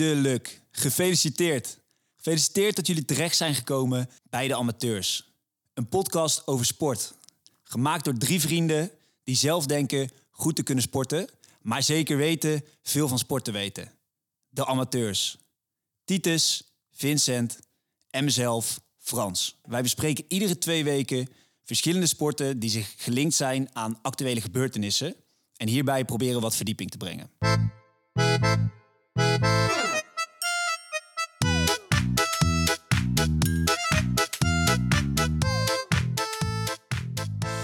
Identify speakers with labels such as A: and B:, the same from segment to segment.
A: Eindelijk. Gefeliciteerd. Gefeliciteerd dat jullie terecht zijn gekomen bij de Amateurs. Een podcast over sport. Gemaakt door drie vrienden die zelf denken goed te kunnen sporten, maar zeker weten veel van sport te weten. De Amateurs. Titus, Vincent en mezelf, Frans. Wij bespreken iedere twee weken verschillende sporten die zich gelinkt zijn aan actuele gebeurtenissen. En hierbij proberen wat verdieping te brengen.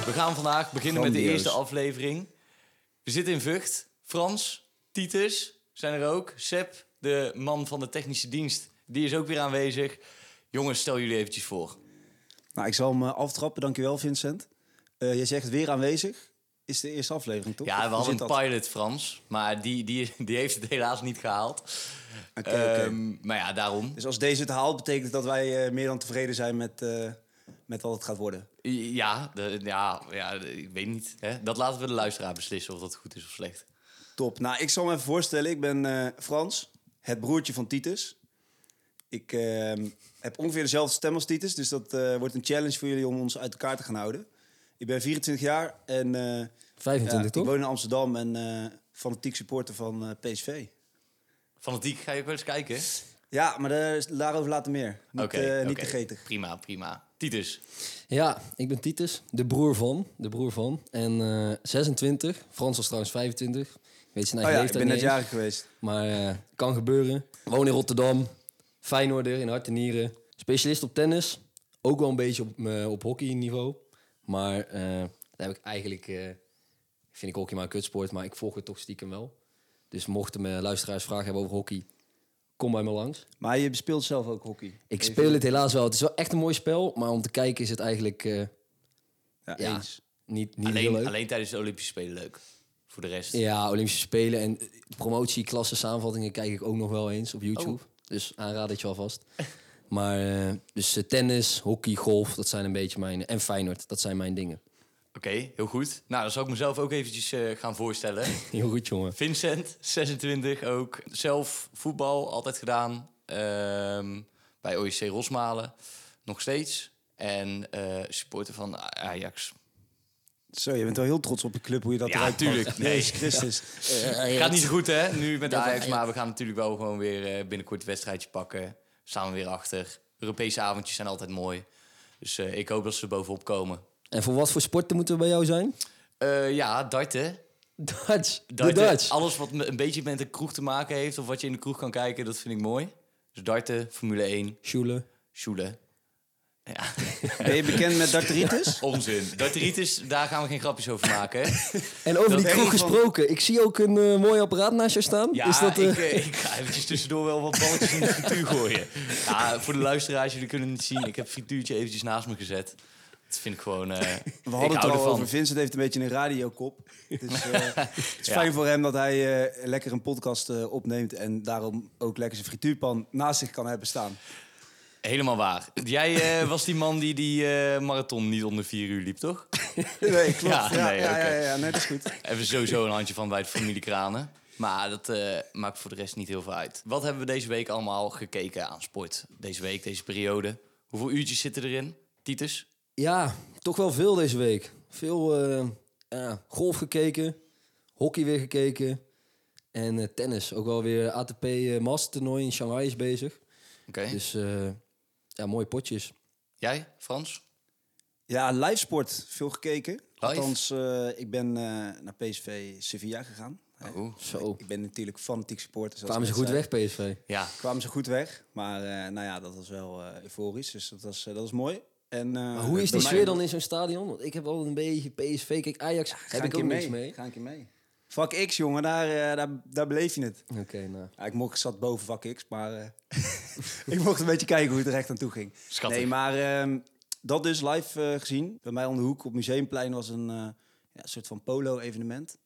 B: We gaan vandaag beginnen met de
C: Grandioos.
B: eerste aflevering. We zitten in Vught. Frans, Titus zijn er ook. Seb, de man van de technische dienst, die is ook weer aanwezig. Jongens, stel jullie eventjes voor.
C: Nou, ik zal hem eh, aftrappen. Dankjewel, Vincent. Eh jij zegt weer aanwezig. Is de eerste aflevering, toch?
B: Ja,
C: Of
B: we
C: hoe
B: hadden
C: zit
B: een
C: dat?
B: pilot, Frans, maar die, die, die heeft het helaas niet gehaald.
C: Oké, oké.
B: Ehm, maar ja, daarom.
C: Dus als deze het haalt, betekent het dat wij eh, meer dan tevreden zijn met, eh, met wat het gaat worden.
B: Ja, de- ja, ja de- ik weet niet. Hè? Dat laten we de luisteraar beslissen of dat goed is of slecht.
C: Top. Nou, ik zal me even voorstellen. Ik ben eh, Frans, het broertje van Titus. Ik eh, heb ongeveer dezelfde stem als Titus, dus dat eh, wordt een challenge voor jullie om ons uit elkaar te gaan houden. Ik ben 24 jaar en eh,
D: 25,
C: ja, ik
D: toch?
C: woon in Amsterdam en eh, fanatiek supporter van eh, PSV.
B: Fanatiek, ga je ook wel eens kijken?
C: Ja, maar daar, daarover later meer. Niet,
B: Oké,
C: eh, niet
B: oké.
C: te getig.
B: Prima, prima. Titus,
D: Ja, ik ben Titus, de broer van. De broer van. En eh, 26. Frans was trouwens 25. Ik weet zijn
C: Oh
D: eigen
C: ja, ik
D: leeftijd
C: ben net
D: niet eens.
C: jarig geweest.
D: Maar eh, kan gebeuren. Woon in Rotterdam. Feyenoorder in hart en nieren. Specialist op tennis. Ook wel een beetje op, eh, op hockeyniveau. Maar eh dat heb ik eigenlijk... eh, vind ik hockey maar een kutsport, maar ik volg het toch stiekem wel. Dus mochten me luisteraars vragen hebben over hockey... Kom bij me langs.
C: Maar je speelt zelf ook hockey.
D: Ik
C: Even-
D: speel het helaas wel. Het is wel echt een mooi spel, maar om te kijken is het eigenlijk eh,
C: Ja,
D: ja,
C: eens.
D: niet, niet heel leuk.
B: alleen, alleen tijdens de Olympische Spelen leuk. Voor de rest.
D: Ja, Olympische Spelen en eh, promotie, klasse, samenvattingen kijk ik ook nog wel eens op YouTube.
B: Oh.
D: Dus aanraad het je alvast. Maar eh, dus eh, tennis, hockey, golf, dat zijn een beetje mijn... En Feyenoord, dat zijn mijn dingen.
B: Oké, heel goed. Nou, dan zal ik mezelf ook eventjes eh, gaan voorstellen.
D: Heel goed, jongen.
B: Vincent, 26 ook. Zelf voetbal altijd gedaan. ehm, bij OEC Rosmalen. Nog steeds. En eh, supporter van A- Ajax.
C: Zo, je bent wel heel trots op je club, hoe je dat
B: Ja,
C: eruit pakt.
B: tuurlijk. Nee.
C: Jezus Christus.
B: Eh, Gaat niet zo goed, hè? Nu met
D: Dat
B: Ajax.
D: Ajax.
B: Maar we gaan natuurlijk wel gewoon weer eh, binnenkort een wedstrijdje pakken. Staan we weer achter. Europese avondjes zijn altijd mooi. Dus eh, ik hoop dat ze er bovenop komen.
D: En voor wat voor sporten moeten we bij jou zijn?
B: Eh, ja, darten.
D: Dutch. De
B: Darten,
D: Dutch.
B: Alles wat me- een beetje met een kroeg te maken heeft of wat je in de kroeg kan kijken, dat vind ik mooi. Dus darten, Formule 1,
D: Schule.
B: Sjoelen. Ja,
C: Ben je bekend met darteritis?
B: onzin. Darteritis, daar gaan we geen grapjes over maken. hè?
D: En over
B: Dat
D: die
B: is
D: kroeg
C: een van-
D: gesproken. Ik zie ook een eh, mooi apparaat naast jou staan.
B: Ja,
D: is dat, eh,
B: ik, eh, ik ga eventjes tussendoor wel wat balletjes in de frituur gooien. Ja, voor de luisteraars, jullie kunnen het niet zien. Ik heb het frituurtje eventjes naast me gezet. Dat vind ik gewoon... eh,
C: We hadden
B: ik
C: het er
B: hou
C: al
B: ervan.
C: over. Vincent heeft een beetje een radiokop. Dus eh, het is
B: Ja.
C: fijn voor hem dat hij eh, lekker een podcast eh, opneemt... en daarom ook lekker zijn frituurpan naast zich kan hebben staan.
B: Helemaal waar. Jij eh, was die man die die eh, marathon niet onder vier uur liep, toch?
C: Nee, klopt.
B: Ja,
C: Ja, ja,
B: nee,
C: ja,
B: oké.
C: ja, nee, dat is goed.
B: Even sowieso een handje van bij het familiekranen. Maar dat eh, maakt voor de rest niet heel veel uit. Wat hebben we deze week allemaal gekeken aan sport? Deze week, deze periode. Hoeveel uurtjes zitten erin? Titus?
D: Ja, toch wel veel deze week. Veel eh, ja, golf gekeken, hockey weer gekeken en eh, tennis. Ook wel weer ATP eh Master toernooi in Shanghai is bezig.
B: Oké.
D: Dus eh, ja, mooie potjes.
B: Jij, Frans?
C: Ja, live sport. Veel gekeken. Althans, eh, ik ben eh, naar PSV Sevilla gegaan.
B: Oeh.
D: Zo,
C: Ik ben natuurlijk fanatiek supporter. zoals
D: Oh. kwamen ze
C: ik net
D: goed
C: zei.
D: weg PSV.
B: Ja,
C: Kwamen ze goed weg. Maar eh, nou ja, dat was wel eh, euforisch. Dus dat was, eh, dat was mooi. En, eh,
D: Maar hoe is die
C: bij
D: sfeer
C: mij-
D: dan in zo'n stadion? Want ik heb altijd een beetje PSV. Kijk, Ajax
C: Ga
D: heb ik
C: een
D: ook
C: keer
D: niks mee.
C: Ga een keer mee. Vak X, jongen. Daar, eh, daar, daar beleef je het.
D: Oké, nou.
C: Ja, ik, mocht, ik zat boven vak X, maar eh, ik mocht een beetje kijken hoe het er echt aan toe ging.
B: Schattig.
C: Nee, maar ehm, dat dus live eh, gezien. Bij mij om de hoek op Museumplein was een eh, ja, soort van polo-evenement.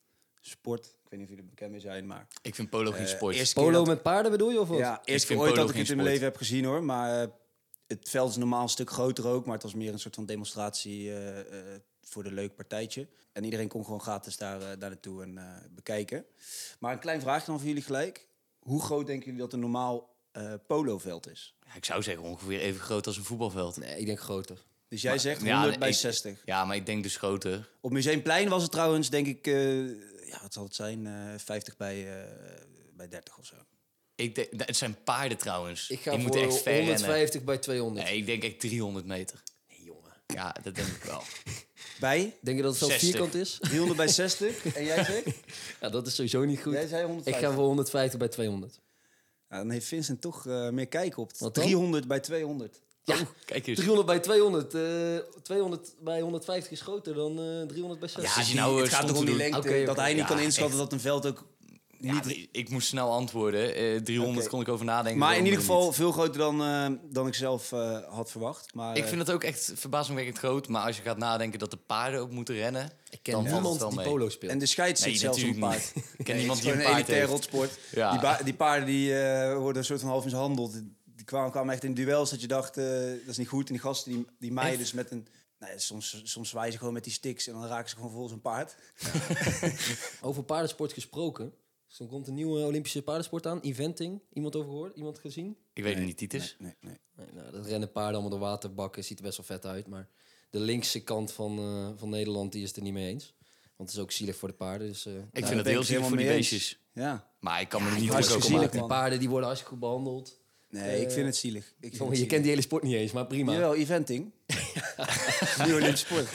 C: Sport. Ik weet niet of jullie er bekend mee zijn, maar...
B: ik vind polo geen
C: eh,
B: sport.
C: eerste keer
D: Polo
C: dat-
D: met paarden bedoel je of wat?
C: Ja, eerst
B: vind
C: keer ooit
B: polo
C: dat ik
B: geen
C: het in mijn
B: sport.
C: leven heb gezien hoor. Maar eh, het veld is normaal een stuk groter ook. Maar het was meer een soort van demonstratie eh, eh, voor de leuk partijtje. En iedereen kon gewoon gratis daar, eh, daar naartoe en eh, bekijken. Maar een klein vraagje dan voor jullie gelijk. hoe groot denken jullie dat een normaal eh, poloveld is?
B: Ja, ik zou zeggen ongeveer even groot als een voetbalveld.
D: Nee, ik denk groter.
C: Dus jij zegt
B: ja,
C: 100 bij
B: ik-
C: 60.
B: Ja, maar ik denk dus groter.
C: Op Museumplein was het trouwens, denk ik, eh, ja, wat zal het zijn? eh 50 bij, eh, bij 30 of zo.
B: Ik denk, nou, het zijn paarden trouwens.
D: Ik ga
B: Die
D: voor
B: moeten echt ver rennen.
D: 150 bij 200.
B: Nee, ik denk echt 300 meter.
D: Nee, jongen.
B: Ja, dat denk ik wel.
C: Bij?
D: Denk je dat het zo
B: 60.
D: vierkant is?
C: 300 bij 60. En jij zegt?
D: Ja, dat is sowieso niet goed.
C: Jij zei
D: ik
C: 150.
D: ga voor 150 bij 200.
C: Nou, dan heeft Vincent toch eh, meer kijk op.
D: Wat
C: het
D: dan?
C: 300 bij 200.
D: Ja,
B: Kijk eens.
D: 300 bij 200. eh, 200 bij 150 is groter dan eh 300 bij 60.
B: Ja, als je
C: Die-
B: nou, eh,
C: het gaat
B: stond
C: toch om
B: te
C: die
B: doen.
C: lengte.
D: Oké, oké.
C: Dat hij niet
B: Ja,
C: kan inschatten dat een veld ook
B: Ja,
C: niet...
B: maar ik- ik moest snel antwoorden. Eh, 300
C: Oké.
B: kon ik over nadenken.
C: maar in
B: waarom
C: ieder
B: er
C: geval
B: niet.
C: veel groter dan, eh, dan ik zelf eh, had verwacht. Maar, eh,
B: Ik vind het ook echt verbazingwekkend groot. Maar als je gaat nadenken dat de paarden ook moeten rennen...
D: ik ken
B: dan valt
D: niemand
B: het wel
D: die
B: mee.
D: polo speelt.
C: en de scheid zit
B: Nee,
C: zelfs op
B: natuurlijk
C: een paard.
B: niet. Ik ken niemand die
C: Gewoon
B: een
C: een
B: paard
C: elitair
B: heeft.
C: rotsport.
B: Ja.
C: Die, ba- die paarden die, eh, worden een soort van half mishandeld. Die, die kwamen, kwamen echt in duels dat je dacht, eh, dat is niet goed. En die gasten die, die maaien dus met een... Nou ja, soms, soms zwaaien ze gewoon met die sticks en dan raken ze gewoon vol zijn paard.
D: Over paardensport gesproken. Dus dan komt een nieuwe Olympische paardensport aan. Eventing. Iemand over gehoord? Iemand gezien?
B: Ik weet het niet, Titus.
C: Nee, nee.
D: Nee, nou, dat rennen paarden allemaal door waterbakken. Ziet er best wel vet uit. Maar de linkse kant van, eh, van Nederland die is het er niet mee eens. Want het is ook zielig voor de paarden. Dus, eh,
B: Ik
D: nou,
B: vind het
C: ben
B: heel
C: ik
B: zielig
C: helemaal
B: voor die
C: mee eens.
B: beestjes.
C: Ja.
B: Maar ik kan me er
D: die
B: niet
C: maar het
B: druk
C: is zielig,
B: over
D: zielig,
B: maken.
D: die
C: man.
D: paarden die worden hartstikke goed behandeld.
C: Nee,
B: Eh,
C: ik vind het zielig. Ik vind het
D: Jongen, je
C: zielig.
D: kent die hele sport niet eens, maar prima.
C: Jawel, eventing. Nieuwe Olympische sport.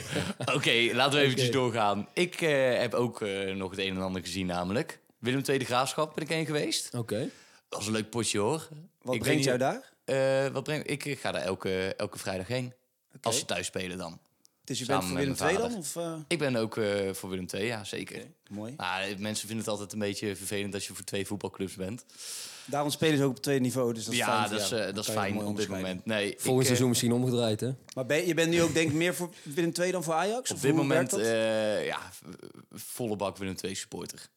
B: Oké, laten we eventjes
D: Oké.
B: doorgaan. Ik eh, heb ook eh, nog het een en ander gezien namelijk. Willem II de Graafschap ben ik heen geweest.
D: Oké.
B: Dat was een leuk potje hoor.
C: Wat
B: ik
C: brengt jou
B: daar?
C: daar?
B: wat brengt... Ik eh, ga daar elke, elke vrijdag heen. Als ze thuis spelen dan.
C: Dus je
B: Samen
C: bent voor
B: met
C: Willem
B: mijn
C: II dan?
B: vader.
C: Of, eh,
B: Ik ben ook eh, voor Willem II, ja zeker.
C: Mooi.
B: Maar eh, mensen vinden het altijd een beetje vervelend als je voor twee voetbalclubs bent.
C: Daarom spelen ze ook op het tweede niveau. Dus dat is
B: ja,
C: fijn voor
B: dat is,
C: jou.
B: eh,
C: Dan
B: dat is
C: kan je het
B: fijn
C: mooi
B: op dit
C: omschrijven.
B: moment. Nee, ik,
D: Volgend
B: eh,
D: seizoen misschien omgedraaid, hè?
C: Maar ben, je bent nu ook denk ik meer voor Willem II dan voor Ajax?
B: Op
C: Of
B: dit
C: hoe werkt
B: moment,
C: dat? Dus
B: eh, ja, v- volle bak Willem II supporter.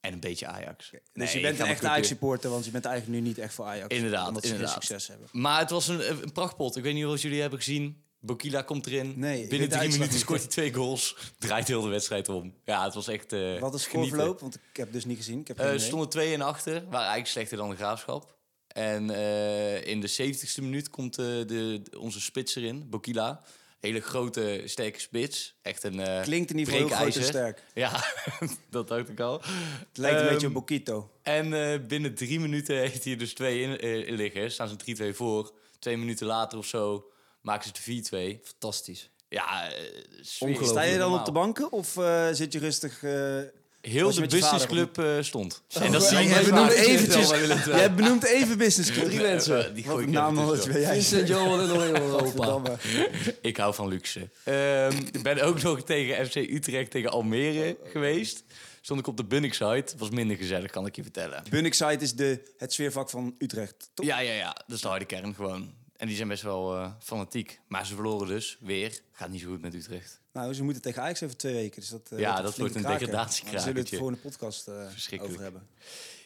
B: En een beetje
C: dus
B: Ajax.
C: je
B: Nee,
C: bent
B: ik ga
C: een
B: mijn
C: echt
B: clubje-
C: Ajax-supporter, want je bent eigenlijk nu niet echt voor Ajax.
B: Inderdaad,
C: omdat ze geen
B: inderdaad.
C: succes hebben.
B: Maar het was een, een prachtpot. Ik weet niet of jullie hebben gezien. Bokila komt erin.
C: Nee, ik weet de
B: Binnen drie
C: uitslag
B: minuten
C: niet.
B: scoort hij twee goals. Draait heel de wedstrijd om. Ja, het was echt eh
C: Wat is
B: genieten.
C: voorverloop? Want ik heb dus niet gezien. Ik heb geen
B: Eh, Er
C: idee.
B: stonden twee en achter. Waren eigenlijk slechter dan de Graafschap. En eh, in de 70ste minuut komt eh, de, de- onze spits erin. Bokila. Hele grote, sterke spits. Echt een eh,
C: Klinkt in ieder geval heel groot en
B: breekijzer.
C: sterk.
B: Ja, dat dacht ik al.
C: Het lijkt een
B: Ehm,
C: beetje op Bokito.
B: en eh, binnen drie minuten heeft hij dus twee in, eh, liggen. Staan ze 3-2 voor. Twee minuten later of zo maken ze de 4-2.
D: Fantastisch.
B: Ja, eh, sfeer-
D: Ongelooflijk.
C: Sta je dan op de
B: normaal.
C: banken of eh, zit je rustig... eh
B: Heel
C: Was je
B: de
C: met je
B: businessclub eh, stond. en
C: jij
B: dat zie je
C: hebt
B: vaak.
C: benoemd
B: Ik weet het
C: eventjes-
B: wel, Willem II.
C: Jij benoemt even Business Club.
B: Drie mensen. Eh, Die
C: Wat
B: gooi
C: een
B: ik
C: naam
B: even
C: anders
B: tussendoor.
C: ben jij.
D: Vincent Johan en heel Europa.
C: Gadverdamme.
B: Ik hou van luxe. Ehm, ik ben ook nog tegen FC Utrecht, tegen Almere geweest. Stond ik op de Bunnik site. Was minder gezellig, kan ik je vertellen.
C: Bunnickside is de, het sfeervak van Utrecht, toch?
B: Ja, ja, ja. Dat is de harde kern gewoon. En die zijn best wel eh, fanatiek. Maar ze verloren dus weer. Gaat niet zo goed met Utrecht.
C: Nou, ze moeten tegen Ajax over twee weken. Dus dat, eh,
B: Ja,
C: een
B: dat
C: flinke
B: wordt een
C: kraker.
B: degradatiekrakertje.
C: Maar Daar zullen we het voor een podcast eh,
B: Verschrikkelijk.
C: over hebben.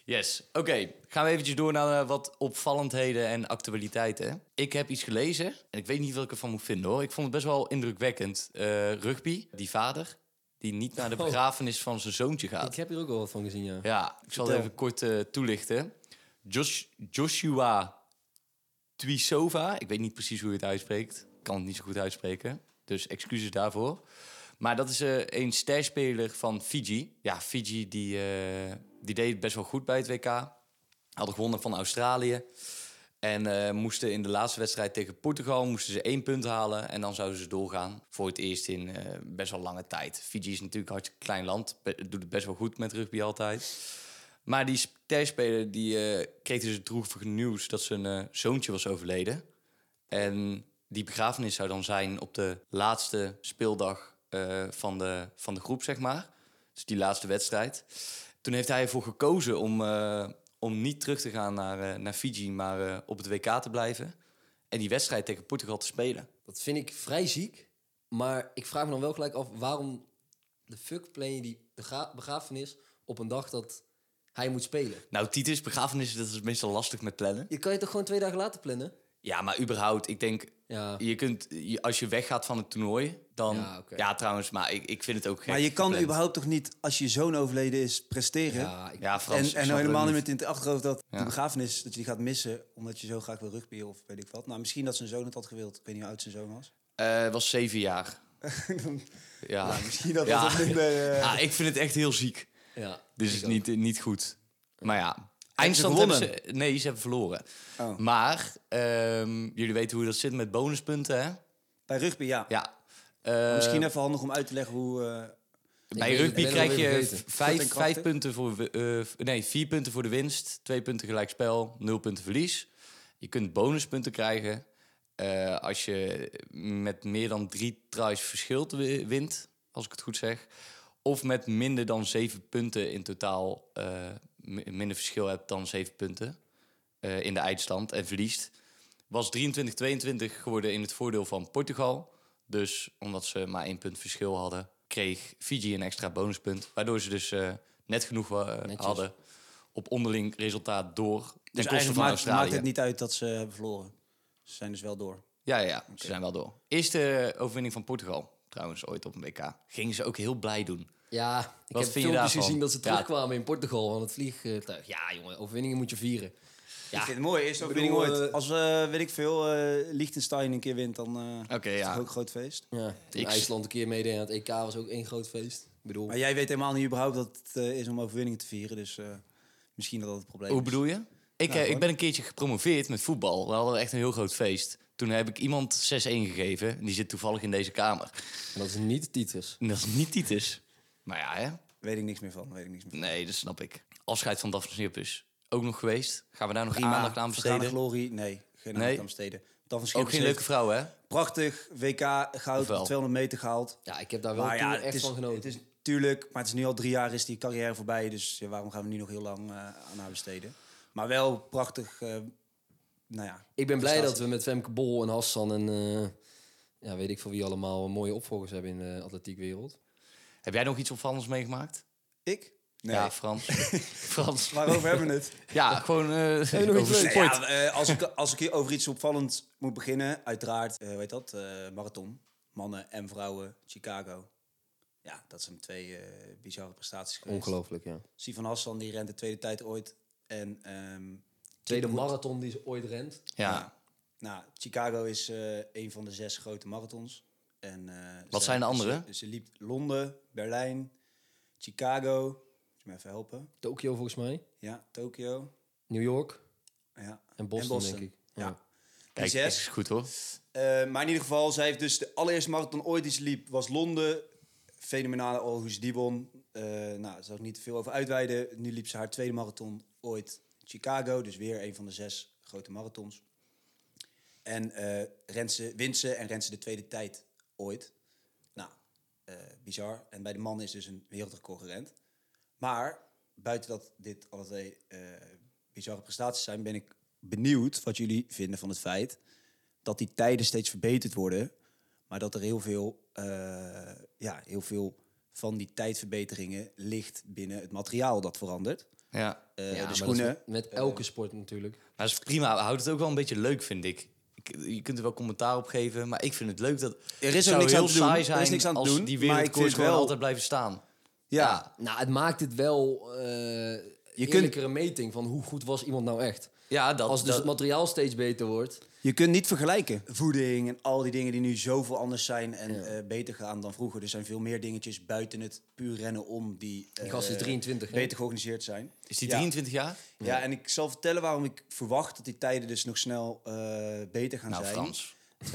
B: Yes. Oké, gaan we eventjes door naar eh, wat opvallendheden en actualiteiten. Ik heb iets gelezen en ik weet niet wat ik ervan moet vinden hoor. Ik vond het best wel indrukwekkend. Eh, rugby, die vader die niet naar de
D: Oh.
B: begrafenis van zijn zoontje gaat.
D: Ik heb hier ook wel wat van gezien, ja.
B: Ja, ik zal het
C: Vertel.
B: even kort eh, toelichten. Josh- Joshua Tuisova, ik weet niet precies hoe je het uitspreekt. Ik kan het niet zo goed uitspreken, dus excuses daarvoor. Maar dat is eh, een sterspeler van Fiji. Ja, Fiji die, eh, die deed het best wel goed bij het WK. Hadden gewonnen van Australië. En eh, moesten in de laatste wedstrijd tegen Portugal moesten ze één punt halen. En dan zouden ze doorgaan voor het eerst in eh, best wel lange tijd. Fiji is natuurlijk een hartstikke klein land. Be- doet het best wel goed met rugby altijd. Maar die sterspeler die, eh, kreeg dus het droevige nieuws dat zijn eh, zoontje was overleden. En die begrafenis zou dan zijn op de laatste speeldag eh, van, de, van de groep, zeg maar. Dus die laatste wedstrijd. Toen heeft hij ervoor gekozen om, eh, om niet terug te gaan naar, eh, naar Fiji, maar eh, op het WK te blijven. En die wedstrijd tegen Portugal te spelen.
D: Dat vind ik vrij ziek. Maar ik vraag me dan wel gelijk af waarom de fuck plan je die begra- begrafenis op een dag dat hij moet spelen?
B: Nou, Titus, begrafenissen, dat is meestal lastig met plannen.
D: Je kan je toch gewoon twee dagen later plannen?
B: Ja, maar überhaupt, ik denk,
D: Ja.
B: je kunt, je- als je weggaat van het toernooi, dan...
D: Ja,
B: Ja,
D: oké.
B: trouwens, maar ik, ik vind het ook gek.
C: Maar je kan
B: gepland.
C: überhaupt toch niet, als je zoon overleden is, presteren?
D: Ja, ik-
B: Ja, Frans,
C: en
B: ik
C: en
B: snap het ook
C: helemaal niet
B: niet.
C: met in het achterhoofd dat
B: Ja.
C: de begrafenis, dat je die gaat missen, omdat je zo graag wil rugbyen of weet ik wat. Nou, misschien dat zijn zoon het had gewild. Ik weet niet hoe oud zijn zoon was.
B: Eh, was zeven jaar. ja.
C: Misschien dat
B: Ja.
C: was het minder... eh,
B: ja, ik vind het echt heel ziek.
D: Ja,
B: Dus
D: ik
B: het is
D: ook.
B: niet, niet goed. Maar ja, eindstand hebben
C: gewonnen?
B: ze... Nee, ze hebben verloren.
C: Oh.
B: Maar ehm, jullie weten hoe dat zit met bonuspunten, hè?
C: Bij rugby, ja.
B: Ja.
C: misschien
B: Eh,
C: even handig om uit te leggen hoe... eh,
B: Bij
D: weet- ik
B: rugby
D: ben
B: krijg
D: alweer
B: je
D: vergeten.
C: Kort en
B: vijf,
C: krachtig.
B: vijf punten voor, wi- eh, v- nee, vier punten voor de winst, twee punten gelijkspel, nul punten verlies. Je kunt bonuspunten krijgen eh, als je met meer dan drie tries verschil te wi- wint, als ik het goed zeg. Of met minder dan zeven punten in totaal, eh, mi- minder verschil hebt dan zeven punten eh, in de eindstand en verliest. Was 23-22 geworden in het voordeel van Portugal. Dus omdat ze maar één punt verschil hadden, kreeg Fiji een extra bonuspunt. Waardoor ze dus eh, net genoeg wa-
D: Netjes.
B: hadden op onderling resultaat door. Ten
C: dus
B: koste
C: eigenlijk
B: van
C: maakt,
B: Australië.
C: maakt het niet uit dat ze hebben verloren. Ze zijn dus wel door.
B: Ja, ja, ja, ze zijn wel door. Eerste overwinning van Portugal, trouwens, ooit op een WK. Gingen ze ook heel blij doen.
D: Ja, ik
B: Wat
D: heb
B: vind je
D: filmpjes
B: daarvan?
D: gezien dat ze
B: Ja.
D: terugkwamen in Portugal aan het vliegtuig. Ja, jongen, overwinningen moet je vieren. Ja.
C: Ik vind het mooi. Eerst
D: overwinning
C: overwinning
D: ooit.
C: ooit. Als, eh, weet ik veel, eh, Liechtenstein een keer wint, dan eh,
B: Oké,
C: is het
B: ja.
C: ook een groot feest.
D: Ja, toen
B: Ik-
D: IJsland een keer meedeed aan het EK was ook één groot feest. Ik bedoel,
C: Maar jij weet helemaal niet überhaupt dat het eh, is om overwinningen te vieren. Dus eh, misschien dat dat het probleem
B: Hoe
C: is.
B: bedoel je? Ik, eh, ik
C: gewoon.
B: ben een keertje gepromoveerd met voetbal. We hadden echt een heel groot feest. Toen heb ik iemand 6-1 gegeven. En die zit toevallig in deze kamer.
D: en dat is niet Titus.
B: En dat is niet Titus. Maar ja, hè?
C: Weet ik niks meer van. Weet ik niks meer van.
B: Nee, dat snap ik. Afscheid van Daphne Snippers. Ook nog geweest. Gaan Ah, we daar nog aandacht aan
C: Ah, Vergane
B: besteden?
C: glorie, nee. Geen aandacht
B: Nee.
C: aan besteden. Dan van
B: Ook geen leuke vrouw, hè?
C: Prachtig, WK, goud,
B: Ofwel.
C: 200 meter gehaald.
D: Ja, ik heb daar wel
C: Maar ja,
D: toen
C: het
D: echt
C: is-
D: van
C: Het
D: genoten.
C: is tuurlijk, maar het is nu al drie jaar is die carrière voorbij. Dus ja, waarom gaan we nu nog heel lang eh, aan haar besteden? Maar wel prachtig, eh, nou ja.
D: Ik ben blij dat
C: prestatie.
D: we met Femke Bol en Hassan en eh, ja, weet ik van wie allemaal mooie opvolgers hebben in de atletiekwereld.
B: Heb jij nog iets opvallends meegemaakt?
C: Ik? Nee.
B: Ja, Frans. Frans.
C: Waarover hebben we het?
B: Ja, gewoon eh
D: nog iets
B: over
D: leuks?
B: sport.
C: Nee, ja, eh, als, ik, als ik hier over iets opvallends moet beginnen, uiteraard, eh weet dat, eh, marathon. Mannen en vrouwen, Chicago. Ja, dat zijn twee eh, bizarre prestaties geweest.
D: Ongelooflijk, ja.
C: Sivan Hassan, die rent de tweede tijd ooit. En ehm,
D: Tweede marathon die ze ooit rent.
B: Ja.
C: nou, Chicago is eh, een van de zes grote marathons. En, eh,
B: Wat
C: ze-
B: zijn de andere?
C: Ze, ze liep Londen, Berlijn, Chicago. Moet je me even helpen?
D: Tokio volgens mij.
C: Ja, Tokio.
D: New York
C: Ja.
D: en Boston,
C: Boston.
D: denk ik.
C: Ja. Eh, Die
B: Kijk,
C: zes.
B: is goed hoor.
C: Eh, maar in ieder geval, zij heeft dus de allereerste marathon ooit die ze liep, was Londen. Fenomenale Aarhus die won. Eh, nou, daar zal ik niet te veel over uitweiden. Nu liep ze haar tweede marathon ooit Chicago. Dus weer een van de zes grote marathons. En eh rent ze, wint ze en rent ze de tweede tijd ooit. Nou, eh, bizar. En bij de mannen is dus een wereldrecord gerend. Maar buiten dat dit alle twee eh, bizarre prestaties zijn, ben ik benieuwd wat jullie vinden van het feit dat die tijden steeds verbeterd worden, maar dat er heel veel, eh, ja, heel veel van die tijdverbeteringen ligt binnen het materiaal dat verandert.
B: Ja.
C: Eh,
D: Ja, maar
C: de
D: dat
C: schoenen. Eh,
D: is met- Met elke sport natuurlijk.
B: Maar dat is prima. Houdt het ook wel een beetje leuk, vind ik. Ik- Je kunt er wel commentaar op geven, maar ik vind het leuk dat...
C: is
B: Het
C: ook
B: zou
C: niks aan
B: heel
C: te doen.
B: saai
C: Er is
B: zijn
C: niks aan te
B: als
C: doen,
B: die
C: maar ik
B: wereldkoers
C: vind
B: gewoon
C: wel-
B: altijd blijven staan.
C: ja,
D: Nou, het maakt het wel eh je
C: kunt-
D: eerlijkere meting van hoe goed was iemand nou echt.
B: Ja, dat...
D: Als dus
B: dat-
D: het materiaal steeds beter wordt.
C: je kunt niet vergelijken. Voeding en al die dingen die nu zoveel anders zijn en eh, beter gaan dan vroeger. Er zijn veel meer dingetjes buiten het puur rennen om die, eh,
D: gast is 23, hè?
C: beter georganiseerd zijn.
B: is die
C: Ja.
B: 23 jaar?
C: Ja. en ik zal vertellen waarom ik verwacht dat die tijden dus nog snel eh, beter gaan
B: Nou,
C: zijn.
B: Frans.
C: Eh,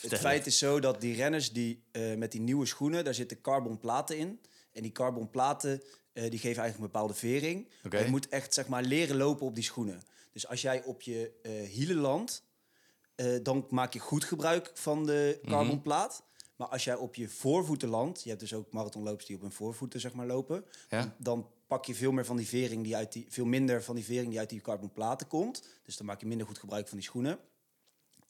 C: het feit is zo dat die renners die eh, met die nieuwe schoenen, daar zitten carbonplaten in. En die carbonplaten eh, die geven eigenlijk een bepaalde vering.
B: Oké.
C: Maar Je moet echt zeg maar leren lopen op die schoenen. Dus als jij op je eh, hielen landt, eh, dan maak je goed gebruik van de
B: Mhm.
C: carbonplaat. Maar als jij op je voorvoeten landt, je hebt dus ook marathonlopers die op hun voorvoeten zeg maar lopen,
B: Ja.
C: dan pak je veel meer van die vering die uit die veel minder van die vering die uit die carbonplaten komt. Dus dan maak je minder goed gebruik van die schoenen.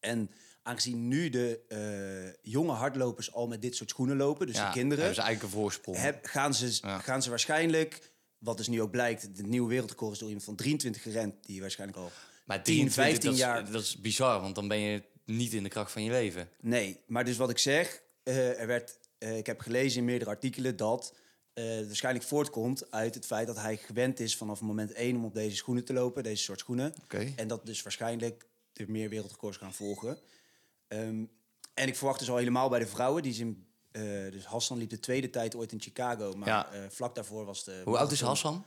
C: En aangezien nu de eh, jonge hardlopers al met dit soort schoenen lopen, dus
B: Ja,
C: de kinderen,
B: hebben ze eigenlijk een voorsprong.
C: heb- gaan, ze,
B: Ja.
C: gaan ze waarschijnlijk, wat dus nu ook blijkt, het nieuwe wereldrecord is door iemand van 23 gerend, die waarschijnlijk al
B: Maar
C: 10,
B: 23,
C: 15
B: dat is-
C: jaar
B: Dat is bizar, want dan ben je niet in de kracht van je leven.
C: Nee, maar dus wat ik zeg, eh, eh, er werd, eh, ik heb gelezen in meerdere artikelen dat eh, het waarschijnlijk voortkomt uit het feit dat hij gewend is vanaf moment één om op deze schoenen te lopen, deze soort schoenen.
B: Oké.
C: En dat dus waarschijnlijk er meer wereldrecords gaan volgen. Ehm, en ik verwacht dus al helemaal bij de vrouwen, die zijn. eh, dus Hassan liep de tweede tijd ooit in Chicago, maar
B: Ja.
C: eh, vlak daarvoor was de.
B: Hoe oud is
C: marathon-
B: Hassan?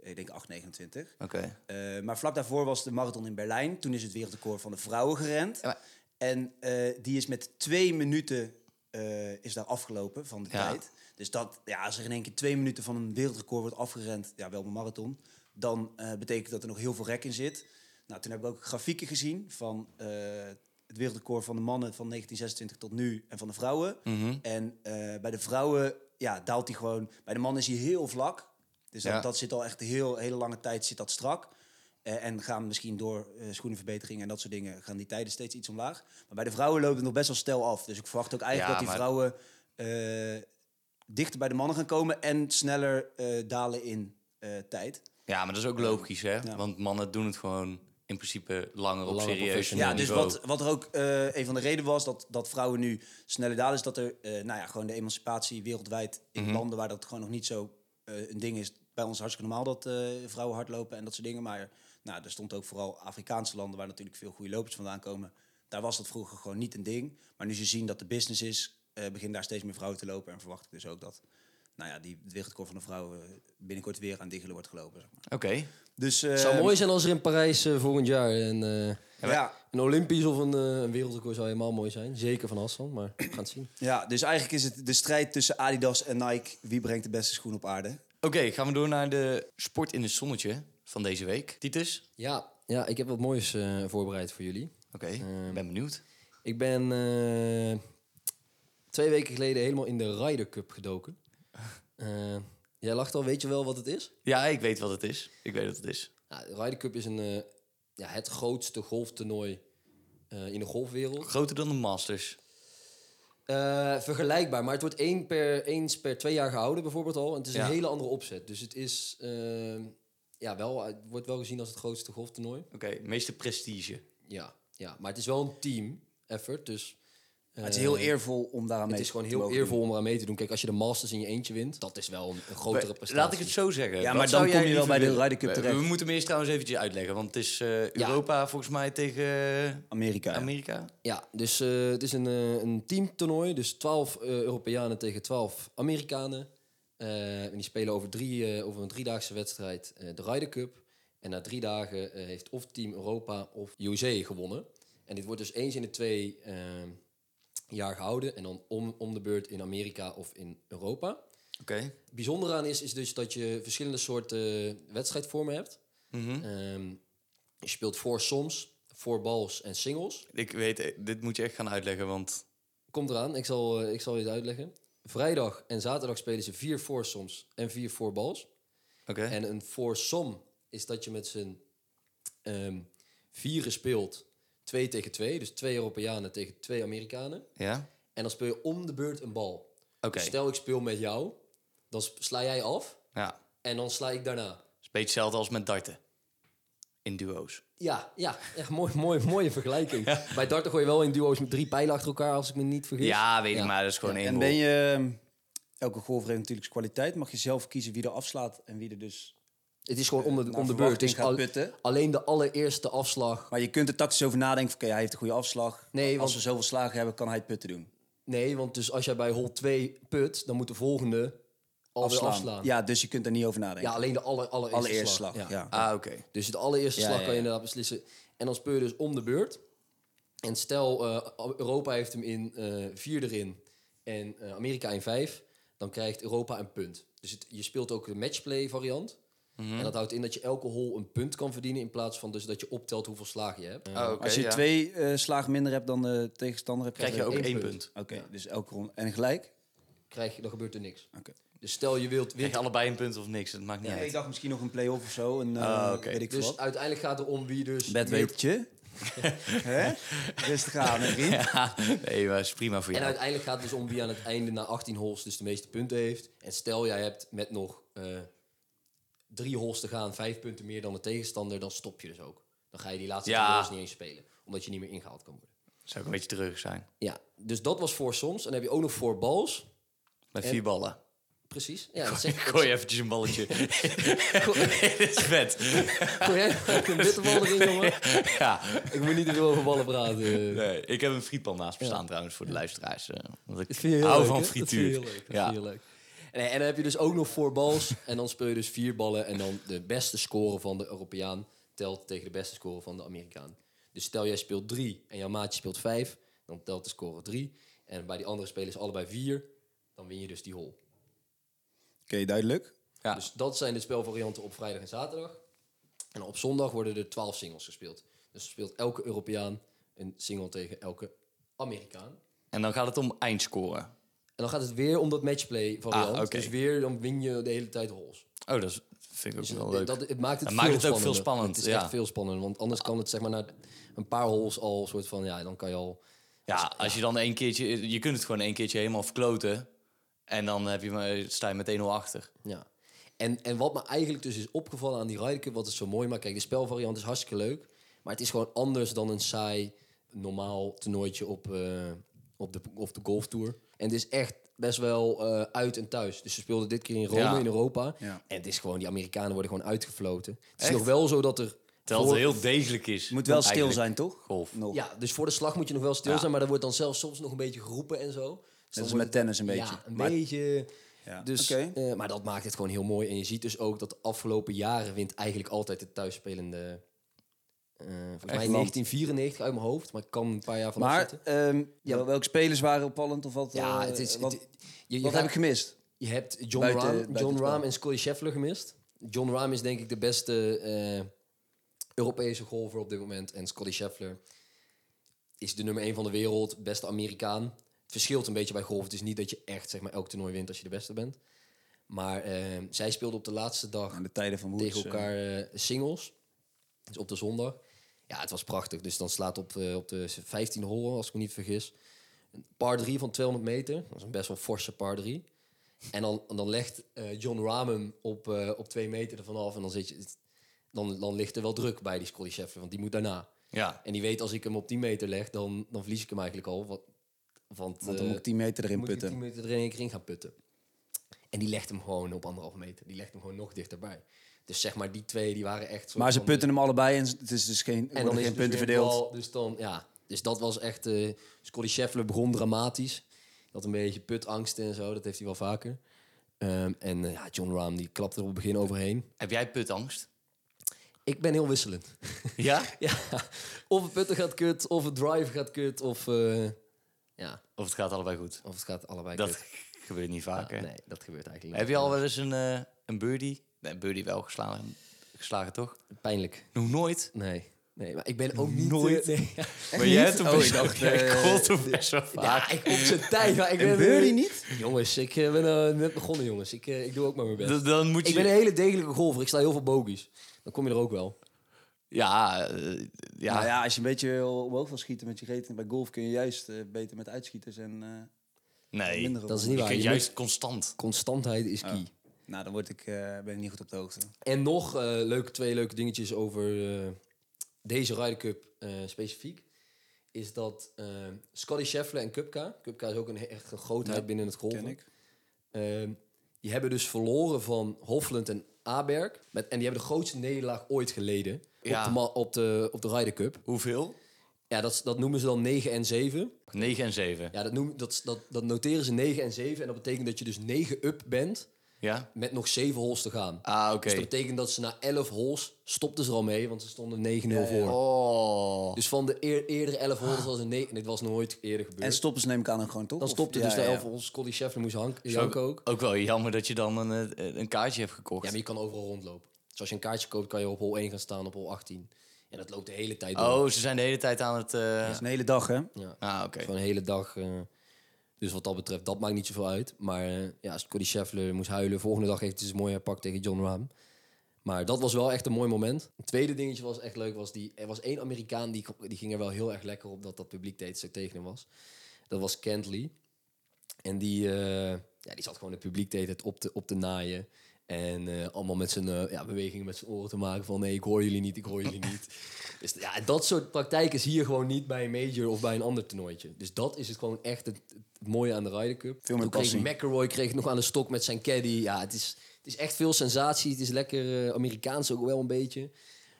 C: Ik denk 8,29.
B: Oké.
C: Eh, maar vlak daarvoor was de marathon in Berlijn. Toen is het wereldrecord van de vrouwen gerend.
B: Ja, maar-
C: En eh, die is met twee minuten eh, is daar afgelopen van de
B: Ja.
C: tijd. Dus dat, ja, als er in één keer twee minuten van een wereldrecord wordt afgerend, ja, wel op een marathon, dan eh, betekent dat er nog heel veel rek in zit. Nou, toen hebben we ook grafieken gezien van eh, het wereldrecord van de mannen van 1926 tot nu en van de vrouwen. En eh, bij de vrouwen ja, daalt hij gewoon. Bij de mannen is hij heel vlak. Dus dat,
B: Ja.
C: dat zit al echt heel hele lange tijd zit dat strak. Eh, en gaan misschien door eh, schoenenverbeteringen en dat soort dingen... gaan die tijden steeds iets omlaag. Maar bij de vrouwen lopen het nog best wel stijl af. Dus ik verwacht ook eigenlijk
B: Ja,
C: dat die
B: maar-
C: vrouwen... eh, dichter bij de mannen gaan komen... en sneller eh, dalen in eh, tijd.
B: Ja, maar dat is ook logisch, hè?
C: Ja.
B: Want mannen doen het gewoon in principe langer op
D: Langer op
B: serieus
D: professioneel
C: Ja,
B: ja,
C: dus
B: niveau.
C: wat, wat er ook eh, een van de redenen was dat, dat vrouwen nu sneller dalen, is dat er eh, nou ja, gewoon de emancipatie wereldwijd in landen waar dat gewoon nog niet zo eh, een ding is. Bij ons hartstikke normaal dat eh, vrouwen hardlopen en dat soort dingen. Maar nou, er stond ook vooral Afrikaanse landen waar natuurlijk veel goede lopers vandaan komen. Daar was dat vroeger gewoon niet een ding. Maar nu ze zien dat de business is, eh beginnen daar steeds meer vrouwen te lopen. En verwacht ik dus ook dat nou ja, die, het wereldrecord van de vrouwen binnenkort weer aan diggelen wordt gelopen. Zeg maar.
B: Oké.
C: Dus
D: Het zou mooi zijn als er in Parijs eh, volgend jaar een, eh,
C: ja,
D: een Olympisch of een, eh, een wereldrecord zou helemaal mooi zijn. Zeker van Hassan, maar we gaan het zien.
C: Ja, dus eigenlijk is het de strijd tussen Adidas en Nike. Wie brengt de beste schoen op aarde?
B: Oké, gaan we door naar de sport in het zonnetje van deze week. Titus?
D: Ja, ja ik heb wat moois eh, voorbereid voor jullie.
B: Oké, ik ben benieuwd.
D: Ik ben eh, twee weken geleden helemaal in de Ryder Cup gedoken. Eh, jij lacht al, weet je wel wat het is?
B: Ja, ik weet wat het is. Ik weet wat het is.
D: Ja, de Ryder Cup is een, eh, ja, het grootste golftoernooi eh, in de golfwereld.
B: Groter dan de Masters.
D: Eh, vergelijkbaar, maar het wordt één per, eens per twee jaar gehouden bijvoorbeeld al. En het is
B: Ja.
D: een hele andere opzet. Dus het is, eh, ja, wel, het wordt wel gezien als het grootste golftoernooi.
B: Oké, meeste prestige.
D: Ja, ja, maar het is wel een team effort. Dus,
C: Maar het is heel eervol om daaraan mee
D: het is gewoon
C: te
D: heel
C: mogen
D: eervol om eraan mee te doen. Kijk, als je de Masters in je eentje wint, dat is wel een, een grotere prestatie.
B: Laat ik het zo zeggen.
C: Ja,
B: Wat
C: maar
B: zou
C: dan
B: jij
C: kom je wel
B: liever
C: bij de
B: willen?
C: Ryder Cup
B: We-
C: terecht.
B: We moeten hem eerst trouwens eventjes uitleggen, want het is eh, Europa volgens mij tegen eh,
C: doen. Amerika. ja.
B: Amerika.
D: Ja, dus eh, het is een, eh, een teamtoernooi. Dus 12 eh, Europeanen tegen 12 Amerikanen. Eh, en die spelen over, drie, eh, over een driedaagse wedstrijd eh, de Ryder Cup. En na drie dagen eh, heeft of Team Europa of USA gewonnen. En dit wordt dus eens in de twee eh, jaar gehouden. En dan om, om de beurt in Amerika of in Europa.
B: Oké.
D: Het bijzondere aan is, is dus dat je verschillende soorten eh, wedstrijdvormen hebt.
B: Mhm.
D: Ehm, je speelt voor soms, voor bals en singles.
B: Ik weet, eh, dit moet je echt gaan uitleggen, want...
D: Komt eraan, ik zal, eh, ik zal je het uitleggen. Vrijdag en zaterdag spelen ze vier voorsoms en vier voorbals.
B: Oké.
D: En een voorsom is dat je met z'n ehm vieren speelt. Twee tegen twee, dus twee Europeanen tegen twee Amerikanen.
B: Ja?
D: En dan speel je om de beurt een bal.
B: Oké.
D: Dus stel ik speel met jou, dan sp- sla jij af
B: Ja. Het
D: en dan sla ik daarna.
B: is een beetje hetzelfde als met darten. In duo's.
D: Ja, ja, echt mooi, mooi, mooie vergelijking. Bij darten gooi je wel in duo's met drie pijlen achter elkaar, als ik me niet vergis.
B: Ja, weet ik maar. Dat is gewoon één
C: En ben
B: rol.
C: je... ehm, Elke golf heeft natuurlijk zijn kwaliteit. Mag je zelf kiezen wie er afslaat en wie er dus...
D: Het is gewoon om de,
C: naar
D: om de beurt.
C: verwachting
D: Het is
C: gaat
D: al-
C: putten.
D: alleen de allereerste afslag.
C: Maar je kunt er tactisch over nadenken. van, Oké, hij heeft een goede afslag.
D: Nee,
C: Als
D: want-
C: we zoveel slagen hebben, kan hij het putten doen.
D: Nee, want dus als jij bij hole 2 put, dan moet de volgende alweer afslaan. Ja.
C: Ja, dus je kunt er niet over nadenken.
D: alleen de aller, allereerste,
C: Allereerst
D: slag.
C: slag, ja.
B: Ah, oké.
D: Dus de allereerste
C: Ja,
D: slag
C: ja,
D: kan je
C: ja.
D: inderdaad beslissen. En dan speel je dus om de beurt. En stel, eh, Europa heeft hem in eh, vier erin en eh, Amerika in vijf. Dan krijgt Europa een punt. Dus het, je speelt ook de matchplay variant.
C: Mhm.
D: En dat houdt in dat je elke hole een punt kan verdienen... in plaats van dus dat je optelt hoeveel slagen je hebt.
B: Ah, oké,
C: Als je
B: ja.
C: twee eh, slagen minder hebt dan de tegenstander... Heb
B: Krijg je ook
D: één
B: één
D: punt.
B: punt.
C: Oké, dus elke ronde. En gelijk?
D: Krijg je, dan gebeurt er niks.
C: Oké.
D: Dus stel je wilt
B: Krijg je
D: winnen.
B: allebei een punt of niks, dat maakt niet
C: Ja,
B: uit.
C: ik dacht misschien nog een play-off of zo. Een, eh,
B: Ah, oké.
C: Weet ik veel
D: Dus
C: wat.
D: uiteindelijk gaat het om wie dus... meer-
C: Bedwetertje. Hè? Rustig aan, hè, vriend.
B: Ja, nee, maar is prima voor
D: En
B: jou.
D: uiteindelijk gaat het dus om wie aan het einde na 18 holes dus de meeste punten heeft. En stel jij hebt met nog eh, drie holes te gaan, vijf punten meer dan de tegenstander, dan stop je dus ook. Dan ga je die laatste
B: Ja.
D: twee holes niet eens spelen, omdat je niet meer ingehaald kan worden.
B: Zou ik een beetje terug zijn.
D: Ja, dus dat was voor soms. En dan heb je ook nog voor bals.
B: Met vier ballen.
D: Precies. Ja, dat
B: Ik
D: zeg
B: gooi eventjes een balletje. Nee, Dit is vet.
D: Kon jij een bitterbal erin, jongen?
B: Ja.
D: Ik moet niet te veel over ballen praten.
B: Nee, ik heb een frietpan naast me staan trouwens voor de luisteraars. eh, want ik
D: Dat vind je heel
B: hou
D: leuk,
B: van
D: hè?
B: frituur.
D: Dat vind je heel leuk. Dat
B: ja.
D: vind je heel leuk. En, en dan heb je dus ook nog voor bals. En dan speel je dus vier ballen. En dan de beste score van de Europeaan telt tegen de beste score van de Amerikaan. Dus stel jij speelt drie en jouw maatje speelt vijf. Dan telt de score drie. En bij die andere spelers allebei vier. Dan win je dus die hol.
C: duidelijk.
B: Ja.
D: Dus dat zijn de spelvarianten op vrijdag en zaterdag. En op zondag worden er 12 singles gespeeld. Dus speelt elke Europeaan een single tegen elke Amerikaan.
B: En dan gaat het om eindscoren.
D: En dan gaat het weer om dat matchplay variant.
B: Ah, oké.
D: Dus weer dan win je de hele tijd hols.
B: Oh, dat is- vind ik ook
D: Dus
B: wel
D: dat-
B: leuk.
D: Dat, het maakt
B: Dat
D: het, veel
B: maakt het ook
D: spannender.
B: veel spannend,
D: Het is
B: ja.
D: echt veel spannender. Want anders kan het zeg maar na een paar hols al soort van... Ja, dan kan je al...
B: ja, als je dan een keertje... Je kunt het gewoon een keertje helemaal verkloten. En dan heb je, maar- sta je met 1-0 achter.
D: Ja. En, en wat me eigenlijk dus is opgevallen aan die Ryder Cup, wat het zo mooi maakt. Kijk, de spelvariant is hartstikke leuk. Maar het is gewoon anders dan een saai, normaal toernooitje op, eh, op, de, op de golftour. En het is echt best wel eh, uit en thuis. Dus ze speelden dit keer in Rome,
B: Ja.
D: in Europa.
C: Ja.
D: En het is gewoon, die Amerikanen worden gewoon uitgefloten. Het is
B: Echt?
D: nog wel zo dat er...
B: Terwijl
D: voor-
B: het heel degelijk is.
C: Moet wel stil
B: Eigenlijk.
C: zijn, toch?
B: Golf.
C: Nog.
D: Ja, dus voor de slag moet je nog wel stil
B: Ja.
D: zijn. Maar er wordt dan zelfs soms nog een beetje geroepen en zo. Dus
C: Net
D: dan
C: als
D: wordt
C: met tennis een beetje.
D: ja, een
C: Maar-
D: beetje.
C: Ja.
D: Dus,
C: Oké.
D: eh, maar dat maakt het gewoon heel mooi. En je ziet dus ook dat de afgelopen jaren wint eigenlijk altijd de thuisspelende... eh volgens mij
C: land.
D: 1994 uit mijn hoofd, maar ik kan een paar jaar vanaf
C: Maar
D: zitten.
C: ehm, wel- welke spelers waren opvallend of wat?
D: Ja,
C: eh,
D: het is...
C: wat,
D: het- je, je,
C: wat heb ik
D: gaat-
C: gemist?
D: je hebt John,
C: buiten-
D: Rahm,
C: buiten
D: John
C: het spel?
D: Rahm en Scottie Scheffler gemist. John Rahm is denk ik de beste eh, Europese golfer op dit moment. En Scottie Scheffler is de nummer 1 van de wereld, beste Amerikaan. Het verschilt een beetje bij golf. Het is niet dat je echt zeg maar, elk toernooi wint als je de beste bent. Maar eh, zij speelden op de laatste dag
C: Aan Nou, de tijden van Woods.
D: tegen elkaar eh, singles. Dus op de zondag. Ja, het was prachtig. Dus dan slaat op, eh, op de 15 hole, als ik me niet vergis. Een par 3 van 200 meter. Dat is een best wel forse par 3. En dan, en dan legt eh, John Rahm hem op, eh, op twee meter ervan af. En dan, zit je, dan, dan ligt er wel druk bij die Scottie Scheffler, want die moet daarna.
B: Ja.
D: En die weet, als ik hem op 10 meter leg, dan, dan verlies ik hem eigenlijk al. Wat, want
C: Want
D: eh,
C: dan moet ik 10 meter erin
D: moet je
C: putten.
D: 10 minuten er in één keer in gaan putten. En die legt hem gewoon op anderhalve meter. Die legt hem gewoon nog dichterbij. Dus zeg maar, die twee die waren echt... soort
C: Maar ze
D: van- eh,
C: putten hem allebei en het is dus geen, worden
D: en is
C: geen
D: het dus
C: punten
D: weer een
C: verdeeld.
D: bal, dus dan, ja. Dus dat was echt... eh Scottie Scheffler begon dramatisch. Hij had een beetje putangst en zo. Dat heeft hij wel vaker. Ehm, en eh, ja, John Rahm die klapte er op het begin overheen.
B: Heb jij putangst?
D: Ik ben heel wisselend.
B: Ja?
D: ja, of het putten gaat kut, of het drive gaat kut, of... eh, ja,
B: Of het gaat allebei goed?
D: of het gaat allebei
B: Dat
D: kut.
B: gebeurt niet
D: Ja,
B: vaker.
D: Ah, nee, dat gebeurt eigenlijk niet.
B: Heb je al wel eens een, eh, een birdie? Nee, birdie wel geslagen, geslagen toch?
D: Pijnlijk.
B: Nog nooit.
D: Nee. Nee, maar ik ben ook niet...
B: Nooit?
D: eh, nee, ja.
B: Maar jij hebt hem
C: Oh,
B: best
C: ik dacht,
B: jij
C: eh,
B: gold hem best wel vaak.
D: Ja, ik op zijn tijd, maar ik
C: En
D: ben... eh,
C: Birdie niet?
D: Jongens, ik eh, ben eh, net begonnen, jongens. Ik, eh, ik doe ook maar mijn best.
B: Dan, dan moet je...
D: Ik ben een hele degelijke golfer. Ik sla heel veel bogies. Dan kom je er ook wel.
B: Ja, eh, ja.
C: Nou ja, als je een beetje wil- omhoog wil schieten met je reten bij golf kun je juist eh, beter met uitschieters en eh
B: nee.
C: minder.
D: Dat is
C: op-
D: niet
B: Je
D: waar.
B: kunt
D: Je
B: juist constant.
D: Constantheid is key.
C: Nou, dan word ik, eh, ben ik niet goed op de hoogte.
D: En nog eh, leuk, twee leuke dingetjes over eh, deze Ryder Cup eh, specifiek. Is dat eh Scotty Scheffler en Kupka. Kupka is ook een, he- echt een grootheid
C: Ja,
D: binnen het golven.
C: Ken ik.
D: Ehm, die hebben dus verloren van Hofland en Aberg. Met, en die hebben de grootste nederlaag ooit geleden
B: Ja.
D: op, de, ma- op, de, op de Ryder Cup.
B: Hoeveel?
D: Ja, dat, dat noemen ze dan 9 en 7.
B: 9 en 7. Ja.
D: Ja, dat, noem, dat, dat, dat noteren ze 9 en 7. En dat betekent dat je dus 9 up bent met nog 7 holes te gaan.
B: Ah, oké.
D: Dus dat betekent dat ze na 11 holes stopten ze er al mee, want ze stonden 9-0 voor.
B: Oh.
D: Dus van de eer, eerdere 11 holes was een 9. En dit was nooit eerder gebeurd.
C: En stoppen ze neem ik aan ook gewoon toch?
D: dan
C: Of-
D: stopte
C: ja,
D: dus de
C: ja,
D: 11
C: ja.
D: holes. Scotty Scheffler moest hank-
B: Zo-
D: janken ook.
B: Ook wel jammer dat je dan een, eh, een kaartje hebt gekocht.
D: Ja, maar je kan overal rondlopen. Dus als je een kaartje koopt, kan je op hol 1 gaan staan, op hol 18. En dat loopt de hele tijd door.
B: Oh, ze zijn de hele tijd aan het... eh,
C: Dat is een hele dag, hè?
D: Ja.
B: Ah, oké.
D: Gewoon de hele dag. eh, dus wat dat betreft, dat maakt niet zoveel uit. Maar eh ja, Cody Scheffler moest huilen. Volgende dag heeft hij zijn mooie pak tegen John Rahm. Maar dat was wel echt een mooi moment. Het tweede dingetje was echt leuk. Was die, er was één Amerikaan die, die ging er wel heel erg lekker op dat dat publiek deed zo tegen hem was. Dat was Kentley. En die, eh, ja, die zat gewoon het publiek deed het op te, op te naaien. En eh, allemaal met zijn eh, ja, bewegingen met zijn oren te maken van nee, ik hoor jullie niet, ik hoor jullie niet. Dus ja, dat soort praktijk is hier gewoon niet bij een major of bij een ander toernooitje. Dus dat is het gewoon echt het, het mooie aan de Ryder Cup.
C: Veel meer
D: Toen kreeg
C: passie.
D: McElroy kreeg het nog aan de stok met zijn caddy. Ja, het is, het is echt veel sensatie. Het is lekker eh, Amerikaans ook wel een beetje.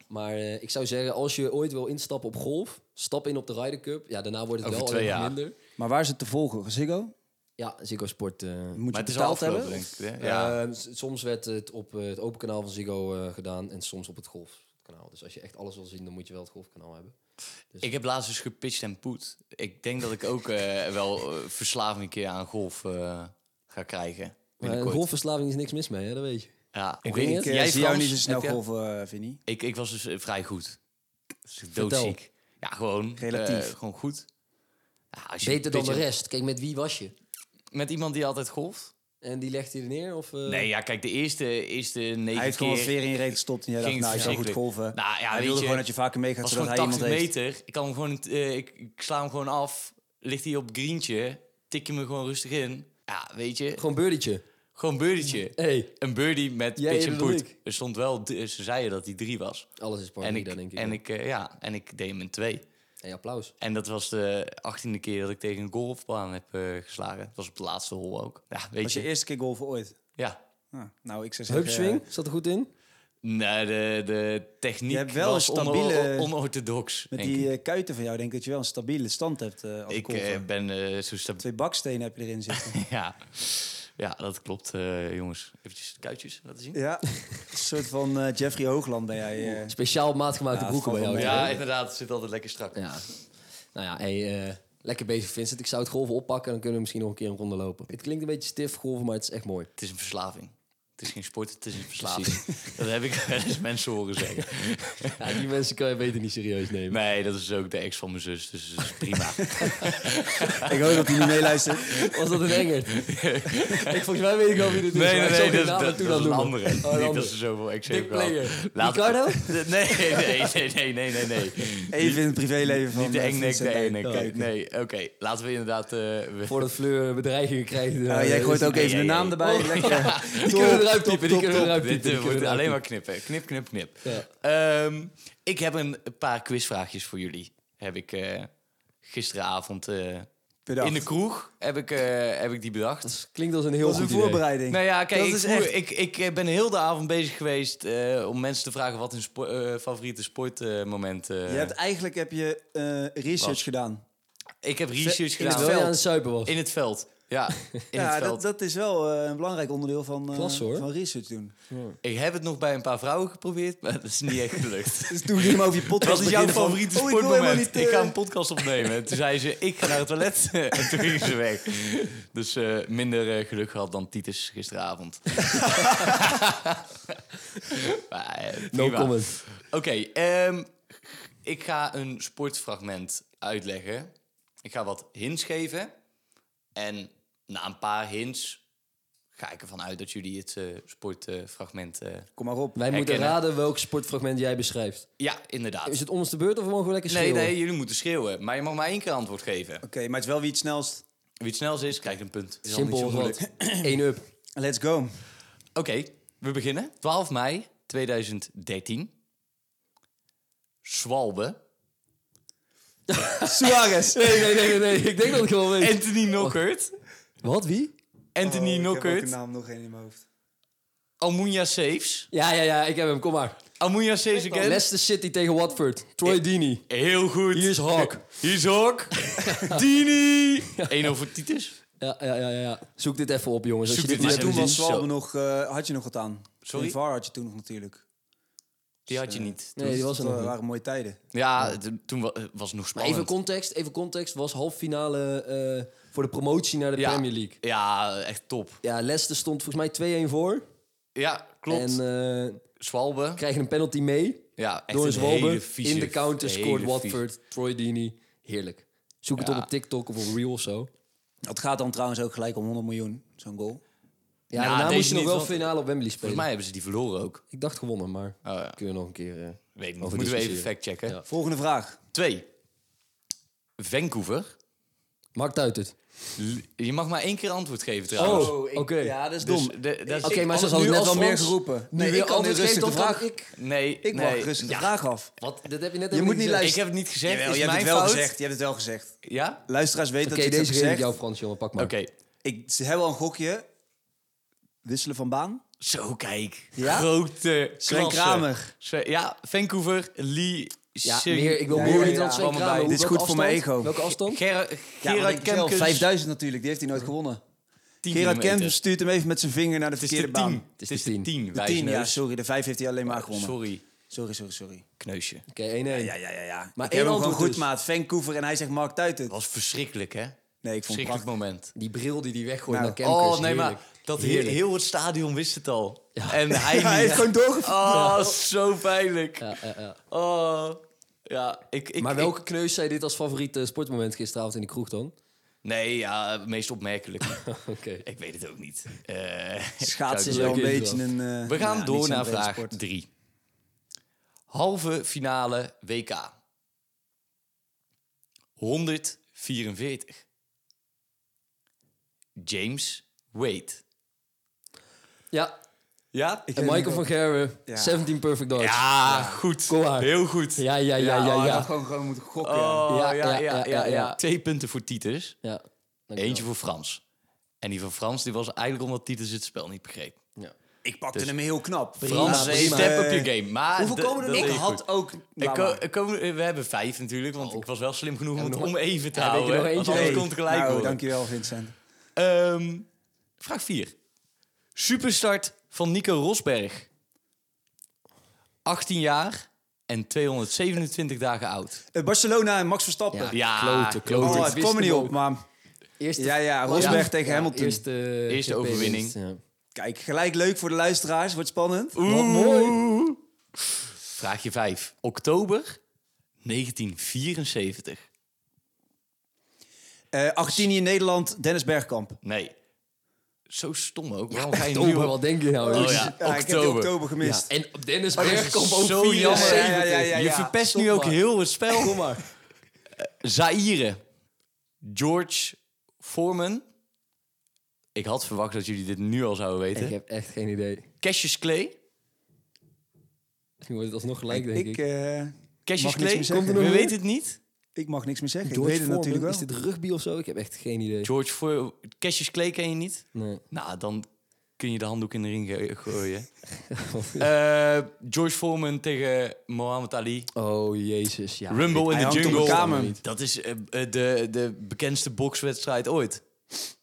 D: Maar eh, ik zou zeggen, als je ooit wil instappen op golf, stap in op de Ryder Cup. Ja, daarna wordt het
B: Over
D: wel
B: twee
D: alleen maar
B: jaar.
D: minder.
A: Maar waar is het te volgen? Ziggo?
D: Ja, Ziggo Sport. eh,
C: Moet je
B: Maar
C: het
B: het is al
C: betaald
B: afgelopen,
C: hebben?
B: denk ik. hè? Ja.
D: ja. soms werd het op eh, het open kanaal van Ziggo eh, gedaan en soms op het golfkanaal. Dus als je echt alles wil zien, dan moet je wel het golfkanaal hebben.
B: Ik heb laatst dus gepitcht en poet. Ik denk dat ik ook eh, wel eh, verslaving een keer aan golf eh, ga krijgen.
D: Maar een
B: Binnenkort.
D: golfverslaving is niks mis mee, hè? dat weet je.
B: Ja,
D: Ik
B: ik
D: weet
B: weet
D: niet,
B: niet.
D: eh,
B: Jij
C: Ik zie jou
B: Frans,
C: niet zo snel
B: heb jij-
C: golven, eh, Vinnie.
B: Ik, ik was dus eh, vrij goed. Dus
D: Vertel.
B: Doodziek. Ja, gewoon.
C: Relatief.
B: eh, gewoon goed. Ja, als je
D: Beter
B: een
D: dan de
B: beetje-
D: rest. Kijk, met wie was je?
B: Met iemand die altijd golft?
D: En die legt hij er neer? Of, eh,
B: Nee, ja, kijk, de eerste, eerste negen
C: Hij heeft gewoon
B: keer
C: een veer in je reet gestopt en jij dacht,
B: ging
C: nou,
B: het
C: ik zou goed
B: verschrikkelijk.
C: golven.
B: Nou ja,
C: hij
B: weet
C: wilde
B: je,
C: gewoon dat je vaker mee gaat,
B: was
C: zodat
B: gewoon
C: hij iemand
B: 80
C: heeft.
B: meter. Ik, kan hem gewoon, niet, eh, ik, ik sla hem gewoon af. Ligt hij op greentje. Tik je me gewoon rustig in. Ja, weet je.
D: Gewoon birdietje.
B: Gewoon birdietje.
D: hey,
B: Een birdie met
D: Jij
B: pitch en
D: eerder dan
B: put.
D: ik.
B: Er stond wel, d- ze zeiden dat hij drie was.
D: alles is
C: Oh,
D: par
B: en
D: drie
B: ik,
D: daar, denk ik.
B: en
D: ja.
B: ik, eh, ja, en ik deed hem in twee.
D: Hey, applaus.
B: En dat was de achttiende keer dat ik tegen een golfbaan heb eh, geslagen. Dat was op de laatste hol ook. Ja, weet
C: Was
B: je.
C: je eerste keer golven ooit?
B: Ja.
C: Ah, Nou, ik zou zeggen...
B: eh,
D: Hupswing, zat er goed in?
B: Nee, de, de techniek
C: Je hebt wel
B: was
C: een
B: onder-
C: stabiele-
B: onorthodox.
C: Met
B: denk
C: die
B: ik
C: eh, kuiten van jou denk ik dat je wel een stabiele stand hebt eh, als
B: ik
C: golfer.
B: eh, ben eh, zo stabiel.
C: Twee bakstenen heb je erin zitten.
B: ja. ja, dat klopt, eh, jongens. Eventjes de kuitjes laten zien.
C: ja, een soort van eh, Jeffrey Hoogland ben jij. eh.
D: Speciaal maatgemaakte
C: Ja,
D: broeken
C: van
D: bij jou.
C: van
B: Ja,
D: hè?
B: inderdaad. Het zit altijd lekker strak.
D: ja. Nou ja, hey, eh, lekker bezig Vincent. Ik zou het golven oppakken en dan kunnen we misschien nog een keer een ronde lopen. Het klinkt een beetje stif, golven, maar het is echt mooi.
B: Het is een verslaving. Het is geen sport, het is een verslaving. dat heb ik wel eens mensen horen zeggen.
D: Ja, die mensen kan je beter niet serieus nemen.
B: Nee, dat is ook de ex van mijn zus, dus dat is prima.
C: ik hoop dat hij niet meeluistert.
D: Was dat een Engert? ik, volgens mij weet ik al wie dit is.
B: Nee, nee,
D: maar ik zal
B: nee,
D: geen
B: dat,
D: naam
B: dat, dat
D: naartoe
B: is
D: laten
B: een
D: noemen.
B: andere.
D: Oh, een
B: Niet dat
D: andere.
B: ze zoveel ex
D: Dick
B: heeft gehad.
D: Player.
B: Laat-
D: Ricardo?
B: Nee, nee, nee, nee, nee, nee, nee.
C: Even in het privéleven van
B: Niet de
C: eh,
B: engnek, de
C: Vincent Dijk.
B: engnek. Nee, nee. Oh, oké. Laten we inderdaad... eh, we-
D: Voordat Fleur bedreigingen krijgt. eh,
C: Nou, jij gooit ook
B: Nee,
C: even de
B: nee,
C: naam
B: nee.
C: erbij. Lekker.
D: Die kunnen we eruit typen,
B: Top,
D: die kunnen we
B: top.
D: eruit
B: Dit eh,
D: typen. die kunnen
B: wordt
D: we
B: alleen
D: eruit
B: maar knippen. Knip, knip, knip.
D: typen. Ja.
B: Ehm, ik heb een paar quizvraagjes voor jullie. Heb ik eh, gisteravond eh,
C: Bedacht.
B: in de kroeg heb ik, eh, heb ik die bedacht.
D: Het Klinkt als een heel
C: Dat is
D: goed
C: een
D: idee.
C: voorbereiding.
B: Nou ja, kijk,
C: dat
B: ik,
C: is
B: voer-
C: echt.
B: ik, ik eh, ben heel de avond bezig geweest eh, om mensen te vragen wat hun spo- eh, favoriete sportmoment eh, is.
C: Je hebt eigenlijk heb je eh, research
B: Wat?
C: gedaan.
B: ik heb research
C: in het
D: Terwijl
B: gedaan.
D: je
C: veld.
D: aan het suipen was.
B: In het veld. Ja, in
C: ja,
B: het veld.
C: dat, dat is wel eh, een belangrijk onderdeel van, eh,
D: Klasse, hoor.
C: van research doen.
B: Ik heb het nog bij een paar vrouwen geprobeerd, maar dat is niet echt gelukt.
C: Dus toen ging hem over je podcast
B: Wat is jouw
C: beginnen van,
B: favoriete
C: oh, ik wil helemaal
B: sportmoment?
C: niet,
B: ik
C: eh,
B: ga een podcast opnemen. En toen zei ze, ik ga naar het toilet. en toen ging ze weg. Dus eh, minder eh, geluk gehad dan Titus gisteravond. Maar, eh,
D: No
B: prima.
D: comment.
B: Oké, ehm, ik ga een sportfragment uitleggen. Ik ga wat hints geven. En na een paar hints ga ik ervan uit dat jullie het eh, sportfragment... eh,
C: Kom maar op.
D: Wij moeten
B: Herkennen.
D: raden welk sportfragment jij beschrijft.
B: ja, inderdaad.
D: Is het om ons de beurt of mogen we lekker
B: Nee,
D: schreeuwen?
B: nee, jullie moeten schreeuwen. Maar je mag maar één keer antwoord geven.
C: Oké, maar het is wel wie het snelst.
B: Wie het snelst is, krijgt een punt. Het is al
D: Simpel
B: niet
D: als
B: zo moeilijk.
D: wat. Eén up.
C: Let's go.
B: Oké, we beginnen. 12 mei 2013. Zwalbe.
C: Suarez.
D: Nee, nee, nee, nee, nee. Ik denk dat ik wel weet.
B: Anthony Nockert.
D: Wat, wie?
B: Anthony
C: Oh, Ik heb ook de
B: Nockert.
C: naam nog één in mijn hoofd.
B: Almunia Saves.
D: Ja, ja, ja. Ik heb hem. Kom maar.
B: Almunia Saves again.
D: Leicester City tegen Watford. Troy Deeney.
B: Heel goed.
D: Hier is Hawk.
B: Hier is Hawk. Dini. 1 over Titus.
D: Ja, ja, ja, ja, ja. Zoek dit even op, jongens. Als
B: Zoek
D: je
B: dit
D: dit
B: maar
D: niet
C: Maar
B: zo
C: toen was
B: zo.
C: Swalbe nog, eh, had je nog wat aan.
B: Sorry?
C: VAR had je toen nog natuurlijk. Dus
B: Die had je niet.
D: Nee, die was er
C: Dat
D: nog niet.
C: waren mooie tijden.
B: Ja, t- toen wa- eh, was het nog
D: Maar
B: spannend.
D: even context, even context was halffinale eh, voor de promotie naar de
B: ja.
D: Premier League.
B: Ja, echt top.
D: Ja, Leicester stond volgens mij 2-1 voor.
B: Ja, klopt.
D: En eh,
B: Zwalbe.
D: krijgen een penalty mee
B: Ja, echt
D: door een
B: een
D: Zwalbe.
B: hele vieze,
D: In de counter
B: hele
D: scoort
B: vieze-
D: Watford, Troy Deeney. Heerlijk. Zoek het
B: Ja.
D: op op TikTok of op Reel of zo.
C: Dat gaat dan trouwens ook gelijk om 100 miljoen, zo'n goal.
D: Ja,
B: Nou,
D: daarna
B: deze
D: moest je nog
B: niet,
D: wel
B: want-
D: finale op Wembley spelen.
B: Volgens mij hebben ze die verloren ook.
D: Ik dacht gewonnen, maar
B: Oh ja,
D: kunnen we nog een keer... eh,
B: weet ik niet.
D: Over
B: Moeten we even
D: discussiëren.
B: factchecken.
D: Ja.
C: Volgende vraag.
B: Twee. Vancouver
D: Maakt uit het.
B: Je mag maar één keer antwoord geven trouwens.
D: Oh, ik- oké.
C: Ja, dat is
B: Dus
C: dom.
B: de- dat is- Oh,
D: Oké,
B: ik-
D: maar ze
C: nu
D: hadden net
C: als
D: wel meer
C: Frans-
D: geroepen.
C: Nee, ik kan nu rustig de vraag-
D: Ik,
B: Nee,
C: Ik
B: nee.
C: wacht rustig de vraag af.
D: wat? Dat heb je net
C: Je
D: helemaal
C: moet niet
D: gezegd.
C: luisteren.
B: Ik heb het niet gezegd.
C: Jawel,
B: is
C: je hebt
B: mijn
C: het wel
B: fout?
C: gezegd. Je hebt het wel gezegd.
B: Ja?
C: Luisteraars weten
D: Oké,
C: dat je het
D: deze
C: hebt
D: geef ik
C: gezegd.
D: jou, Frans, jongen. Pak maar.
B: Oké.
C: Ik, ze hebben al een gokje. Wisselen van baan.
B: Zo, kijk.
C: Ja?
B: Grote
C: Sven
B: klasse.
C: Kramer.
B: Sven- Ja, Vancouver, Lee...
D: Ja,
B: Sing-
D: meer, ik wil
C: Ja,
D: meer
C: ja,
D: niet
C: ja.
D: dan Sven
B: Allemaal bij.
D: Kramer. Hoe-
C: Dit is
D: welke
C: goed voor mijn
D: afstand?
C: ego.
D: Welke afstand?
B: Ger Gerard Kemkes.
C: 5000 natuurlijk, die heeft hij nooit gewonnen.
B: 10
C: Gerard
B: kilometer.
C: Kemp stuurt hem even met zijn vinger naar de
B: Het is
C: verkeerde
B: de
C: baan.
B: 10. Het is de 10.
C: De 10, ja, sorry. De 5 heeft hij alleen maar gewonnen.
B: Sorry,
C: Sorry, sorry, sorry.
B: kneusje.
D: Oké, 1-1.
C: Ja, ja, ja. ja.
D: Maar
C: Maar ik heb hem
D: één
C: gewoon
D: antwoord
C: goed,
D: dus.
C: maat. Vancouver en hij zegt Mark Tuiten.
B: Dat was verschrikkelijk, hè?
C: Nee, ik vond het
B: Verschrikkelijk
C: prachtig.
B: moment.
D: Die bril die die weggooit
C: Nou,
D: naar Kemkes.
B: Oh, nee, maar
D: heerlijk.
B: dat he-
D: Heerlijk.
B: heel het stadion wist het al. En hij,
C: Hij heeft
B: niet.
C: gewoon doorgevoerd.
B: Oh, zo pijnlijk.
D: Ja, ja, ja.
B: Oh, ja, ik... ik
D: Maar
B: ik-
D: welke kneus zei dit als favoriet eh, sportmoment gisteravond in de kroeg dan?
B: nee, ja, meest opmerkelijk.
D: Oké.
B: ik weet het ook niet. Eh,
C: Schaatsen is
B: zou
C: wel
B: ik
C: een
D: leuk is
C: beetje
D: wel.
C: een... eh,
B: We gaan
C: ja, niet
B: door
C: zo'n
B: naar
C: brede
B: vraag
C: sport.
B: 3. Halve finale WK. 144. James Wade.
D: Ja,
B: Ja?
D: en Michael van Gerwen,
C: Ja.
D: 17 perfect darts.
B: Ja, goed.
D: Kom maar.
B: Heel goed.
D: Ja, ja, ja, ja,
C: Oh,
D: ja.
C: dat gewoon, gewoon moeten gokken.
B: Oh,
D: Ja,
B: ja, ja, ja, ja,
D: ja, ja, ja.
B: Twee punten voor Titus.
D: Ja, dankjewel.
B: Eentje voor Frans. En die van Frans die was eigenlijk omdat Titus het spel niet begreep.
D: Ja.
C: Ik pakte hem heel knap.
B: Dus
C: eh,
B: Frans,
D: prima.
B: step up je game. Maar
C: Hoeveel
B: d-
C: komen er
B: dat
C: nog? Ik
B: deed je goed.
C: had ook...
B: Er
C: Nou,
B: ko-
C: maar-
B: er komen, eh, we hebben vijf natuurlijk, want ik was wel slim genoeg om
D: we
B: het
D: nog-
B: om even te
D: Oh. Ja, denk je
B: houden.
D: nog
B: want
D: eentje?
B: anders
D: Nee.
B: kon het gelijk
C: nou,
B: worden.
C: dankjewel Vincent.
B: Ehm, vraag 4. Superstart van Nico Rosberg. 18 jaar en 227 dagen oud.
C: Eh, Barcelona en Max Verstappen.
D: Ja,
B: Ja,
D: klote, klote.
C: oh,
D: Ik
C: het
D: wist
C: kwam er niet
D: hem
C: op,
D: ook.
C: maar...
D: Eerste,
C: Ja, ja, Rosberg tegen Hamilton.
D: Eerste,
B: Eerste overwinning.
D: Ja.
C: Kijk, gelijk leuk voor de luisteraars. Wordt spannend.
D: Wat mooi.
B: Vraagje 5. Oktober 1974.
C: Eh, Argentinië, Nederland, Dennis Bergkamp.
B: Nee. Zo stom ook. Waarom ga je nu
D: Oktober,
B: op?
D: wat denk je nou?
B: Oh
D: jongens?
B: ja,
C: Ja, ik heb die
B: oktober.
C: oktober gemist.
D: En op Dennis
B: dat is
D: Bergkamp ook
B: zo
D: 74.
B: jammer.
C: Ja, ja, ja, ja,
B: Je
C: ja.
B: verpest
D: Stop
B: nu ook
D: maar.
B: heel het spel.
D: Kom maar.
B: Zaire. George Foreman. Ik had verwacht dat jullie dit nu al zouden
D: Ik
B: weten.
D: heb echt geen idee.
B: Cassius Clay.
D: Nu wordt het alsnog gelijk, denk ik.
C: ik, eh, Mag
B: Cassius
C: niks
B: Clay.
C: meer zeggen.
B: We
C: Komt er nog
B: weten het niet.
C: ik mag niks meer zeggen.
D: George
C: ik weet het
D: Foreman,
C: natuurlijk wel.
D: is dit rugby of zo? Ik heb echt geen idee.
B: George Fore- Cassius Clay ken je niet?
D: Nee.
B: Nou, dan kun je de handdoek in de ring ge- gooien. Eh, George Foreman tegen Mohammed Ali.
D: Oh, jezus, ja.
B: Rumble
C: hij
B: in the
C: hangt op
B: Jungle.
C: de kamer.
B: Dat is eh, eh, de, de bekendste bokswedstrijd ooit.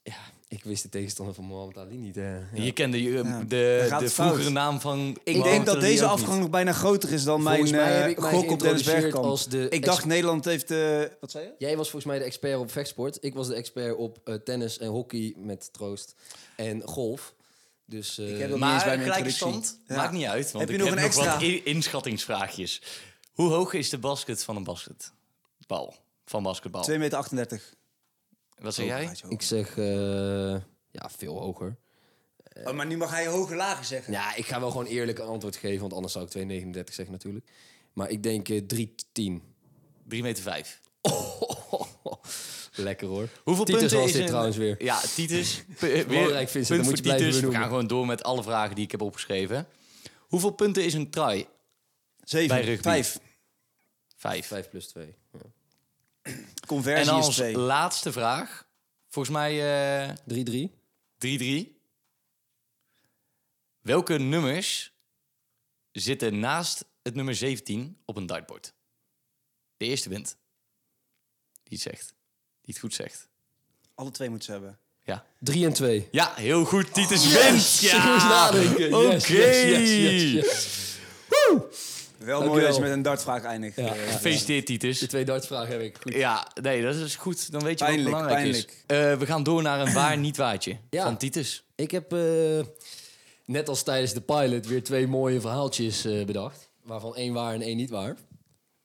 D: Ja, ik wist de tegenstander van Mohamed Ali niet. eh. Ja.
B: Je kende je,
C: Ja,
B: eh,
C: daar
B: de,
C: gaat
B: de
C: het fout.
B: vroegere naam van...
C: Ik denk dat deze afgang nog bijna groter is dan
D: Volgens
C: mijn
D: mij heb
C: eh,
D: ik mij
C: gok op Dennis
D: geïntroduceerd
C: Bergkamp.
D: als de
C: ik dacht
D: ex-
C: Nederland heeft... eh, wat zei je?
D: Jij was volgens mij de expert op vechtsport. Ik was de expert op eh, tennis en hockey met troost. En golf. Dus eh,
C: heb dat- niet eens bij
B: Maar
C: mijn
B: gelijke
C: introductie.
B: stand,
C: Ja.
B: maakt niet uit. Want
C: Heb je
B: ik
C: nog
B: heb
C: een
B: nog wat
C: extra?
B: i- inschattingsvraagjes. Hoe hoog is de basket van een basketbal? Van basketbal.
C: 2,38 meter. Oh, 38.
B: Wat zeg jij?
D: ik zeg eh, ja, veel hoger.
C: Oh, maar nu mag hij hoge lagen zeggen.
D: Ja, ik ga wel gewoon eerlijk een antwoord geven, want anders zou ik 2,39 zeggen natuurlijk. Maar ik denk eh, 3,10.
B: 3 meter 5.
D: Lekker hoor.
B: Hoeveel
D: Titus
B: punten
D: was
B: is
D: dit
B: een-
D: trouwens weer.
B: Ja, Titus. P- weer
D: Belangrijk,
B: punt
D: Vincent, dat moet
B: voor
D: je blijven
B: Titus. We
D: benoemen.
B: gaan gewoon door met alle vragen die ik heb opgeschreven. Hoeveel punten is een try?
C: 7,
B: Bij rugby.
C: 5.
B: Vijf.
D: 5 plus 2.
B: En
C: Conversie
B: dan
C: is
B: als
C: 2.
B: laatste vraag. Volgens mij eh,
D: 3-3.
B: 3-3. Welke nummers zitten naast het nummer 17 op een dartboard? De eerste wint. Die het zegt. Die het goed zegt.
C: Alle twee moeten ze hebben.
B: Ja.
D: 3 en 2.
B: Ja, heel goed. Titus wint.
D: Ik moest
B: Ja.
D: nadenken. Yes,
B: Oké.
D: yes, yes, yes, yes.
C: Wel mooi
D: Dankjewel.
C: dat je met een dartvraag eindigt.
D: Ja,
C: Eh,
D: ja.
B: Gefeliciteerd,
D: De
B: Titus.
D: twee dartvragen heb ik. Goed.
B: Ja, nee, dat is goed. Dan weet je
C: Pijnlijk,
B: wat belangrijk is. Eh, we gaan door naar een waar niet waartje
D: Ja.
B: van Titus.
D: Ik heb eh, net als tijdens de pilot weer twee mooie verhaaltjes eh, bedacht. Waarvan één waar en één niet waar.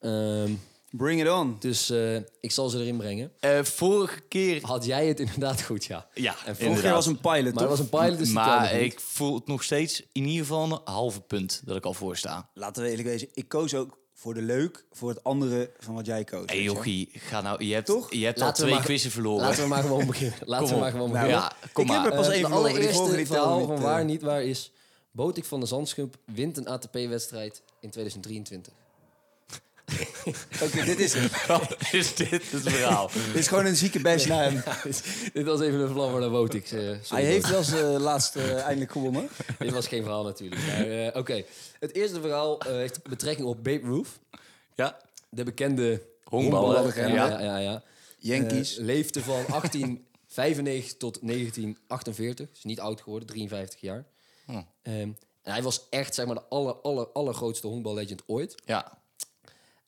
D: Ehm,
C: Bring it on.
D: dus eh, ik zal ze erin brengen.
B: Eh, vorige keer...
D: Had jij het inderdaad goed, ja.
B: Ja,
D: En
C: Vorige keer
B: inderdaad.
C: was een pilot,
D: Maar het was
C: toch?
D: een pilot, dus die telde
B: Maar
D: niet.
B: ik voel het nog steeds in ieder geval een halve punt dat ik al voor sta.
C: Laten we eerlijk wezen, ik koos ook voor de leuk, voor het andere van wat jij koos.
B: Hey
C: weet je wel.
B: jochie, ga nou, je hebt,
C: Toch?
B: Je hebt al
D: Laten we
B: twee
D: maar-
B: quizzen verloren.
D: Laten we maar gewoon beginnen. Laten we
B: op.
D: maar gewoon
B: Nou,
D: beginnen.
B: ja, kom
C: ik
B: maar.
C: heb er pas
D: Eh,
C: even
D: de
C: over. Die vorige
D: allereerste
C: die
D: verhaal
C: vallen
D: van
C: niet,
D: waar
C: eh.
D: niet waar is... Botik van de Zandschump wint een ATP-wedstrijd in 2023.
C: Oké, dit is het.
B: Wat is dit het verhaal?
C: Dit is gewoon een zieke bash naar hem.
D: Dit was even een vlammer naar Botik. eh, sorry,
C: Hij heeft wel zijn eh, laatste eindelijk gewonnen.
D: Botik. Dit was geen verhaal natuurlijk. Maar, eh, Oké, het eerste verhaal eh, heeft betrekking op Babe Ruth.
B: Ja,
D: De bekende
B: Honkballer.
D: honkballer.
B: Ja.
D: Ja, ja, ja. ja.
C: Yankees.
D: Eh, leefde van 1895 tot 1948. Is niet oud geworden, 53 jaar.
B: Hm.
D: Ehm, en hij was echt zeg maar, de aller, aller, allergrootste honkballegend ooit.
B: ja.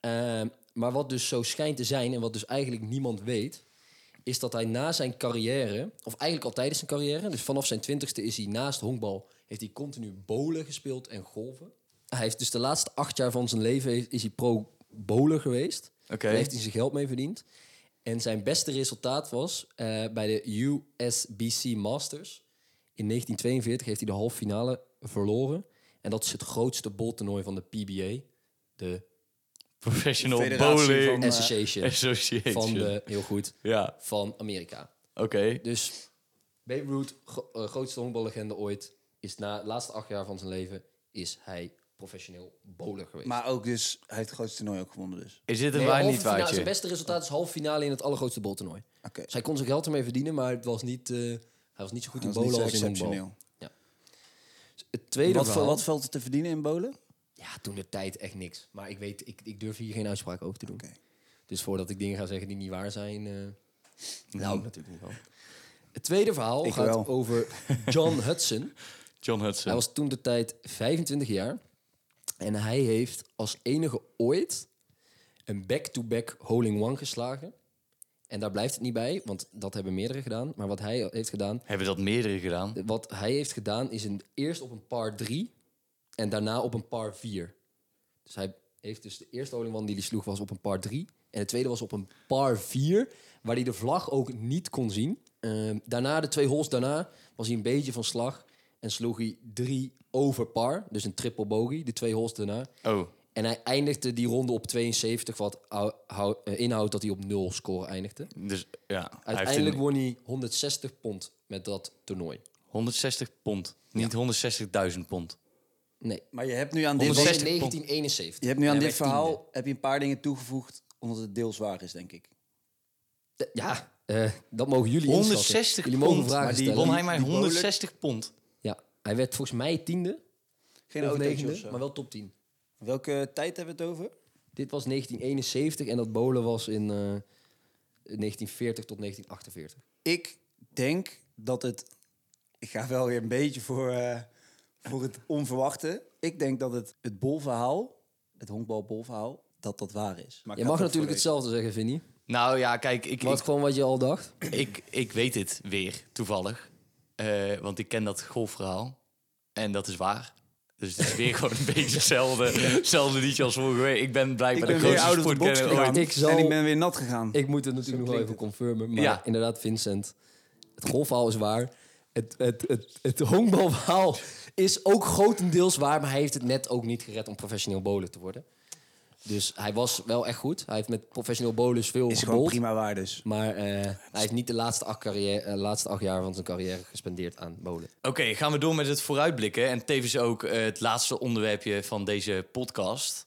D: Ehm, maar wat dus zo schijnt te zijn en wat dus eigenlijk niemand weet... is dat hij na zijn carrière, of eigenlijk al tijdens zijn carrière... dus vanaf zijn twintigste is hij naast honkbal... heeft hij continu bowlen gespeeld en golven. Hij heeft dus de laatste acht jaar van zijn leven is, is hij pro-bowler geweest.
B: Oké.
D: Daar heeft hij zijn geld mee verdiend. En zijn beste resultaat was eh, bij de USBC Masters. In 1942 heeft hij de halve finale verloren. En dat is het grootste boltoernooi van de PBA. De
B: Professional
C: Federatie
B: Bowling
C: van-
D: Association.
B: eh, Association.
D: Van de, heel goed,
B: Ja,
D: van Amerika.
B: oké.
D: Dus Babe Ruth, gro- eh, grootste honkballegende ooit... is na de laatste acht jaar van zijn leven... is hij professioneel bowler geweest.
C: Maar ook dus, hij heeft het grootste toernooi ook gewonnen dus.
B: Is dit een
D: Nee, nou,
B: waar
D: halve
B: niet
D: finale-
B: waartje?
D: Zijn beste resultaat is halve finale in het allergrootste boltoernooi.
C: Oké.
D: Dus hij kon zijn geld ermee verdienen, maar het was niet, eh, hij was niet zo goed in
C: Dat is niet
D: bowlen
C: zo
D: als in honkbal.
C: exceptioneel.
D: Het tweede
C: Wat,
D: verhaal...
C: wat valt er te verdienen in bolen?
D: Ja, toen de tijd echt niks. Maar ik weet, ik, ik durf hier geen uitspraak over te doen.
C: Oké.
D: Dus voordat ik dingen ga zeggen die niet waar zijn... eh nou, natuurlijk niet wel. Het tweede verhaal
C: Ik
D: gaat
C: wel.
D: over John Hudson.
B: John Hudson.
D: Hij was toen de tijd 25 jaar. En hij heeft als enige ooit een back-to-back holding one geslagen. En daar blijft het niet bij, want dat hebben meerdere gedaan. Maar wat hij heeft gedaan,
B: Hebben dat meerdere gedaan?
D: wat hij heeft gedaan is een, eerst op een par 3 en daarna op een par 4. Dus hij heeft dus de eerste holding one die hij sloeg was op een par 3. En de tweede was op een par 4, waar hij de vlag ook niet kon zien. Ehm, daarna, de twee holes daarna, was hij een beetje van slag. En sloeg hij drie over par, dus een triple bogey, de twee holes daarna.
B: Oh,
D: En hij eindigde die ronde op 72, wat hou- hou- eh, inhoudt dat hij op nul score eindigde.
B: dus ja. hij heeft
D: Uiteindelijk
B: een-
D: won hij 160 pond met dat toernooi.
B: 160 pond. Niet 160.000 pond.
D: Nee,
C: Maar je hebt nu aan dit,
D: Dit was in
B: 160 pond.
D: 1971.
C: je hebt nu aan
D: En
C: dit
D: hij werd
C: verhaal heb je een paar dingen toegevoegd omdat het deel zwaar is, denk ik.
D: tiende. Ja, eh, dat mogen jullie inschatten.
B: 160
D: Jullie mogen
B: pond,
D: vragen
B: maar die
D: stellen.
B: won hij maar
C: Die bowler-
B: 160 pond.
D: Ja, hij werd volgens mij tiende
C: Geen
D: of
C: autootje of
D: negende,
C: zo.
D: maar wel top 10.
C: Welke tijd hebben we het over?
D: Dit was 1971 en dat bolen was in eh, 1940 tot 1948.
C: Ik denk dat het... Ik ga wel weer een beetje voor, eh, voor het onverwachte. Ik denk dat het, het bolverhaal, het honkbalbolverhaal, dat dat waar is.
D: Je mag natuurlijk hetzelfde zeggen, Vinnie.
B: Nou ja, kijk, ik,
D: Wat gewoon wat je al dacht.
B: ik, ik, ik weet het weer, toevallig. Eh, want ik ken dat golfverhaal. En dat is waar. Dus het is weer gewoon een beetje hetzelfde, hetzelfde liedje als vorige week. Ik ben
C: Ik
B: blijkbaar
C: ben
B: de
C: weer
B: grootste
C: out of the box
B: sportkenner ooit.
C: gegaan
D: Ik zal-
C: en ik ben weer nat gegaan.
D: Ik moet het natuurlijk nog wel even confirmen. Maar
B: Ja.
D: inderdaad, Vincent, het golfverhaal is waar. Het, het, het, het honkbalverhaal is ook grotendeels waar. Maar hij heeft het net ook niet gered om professioneel bowler te worden. Dus hij was wel echt goed. Hij heeft met professioneel bowlers veel
C: is gewoon
D: gebold.
C: prima waar dus.
D: Maar eh, hij heeft niet de laatste acht, carrière, eh, laatste acht jaar van zijn carrière gespendeerd aan bowlen.
B: Oké, gaan we door met het vooruitblikken. En tevens ook eh, het laatste onderwerpje van deze podcast.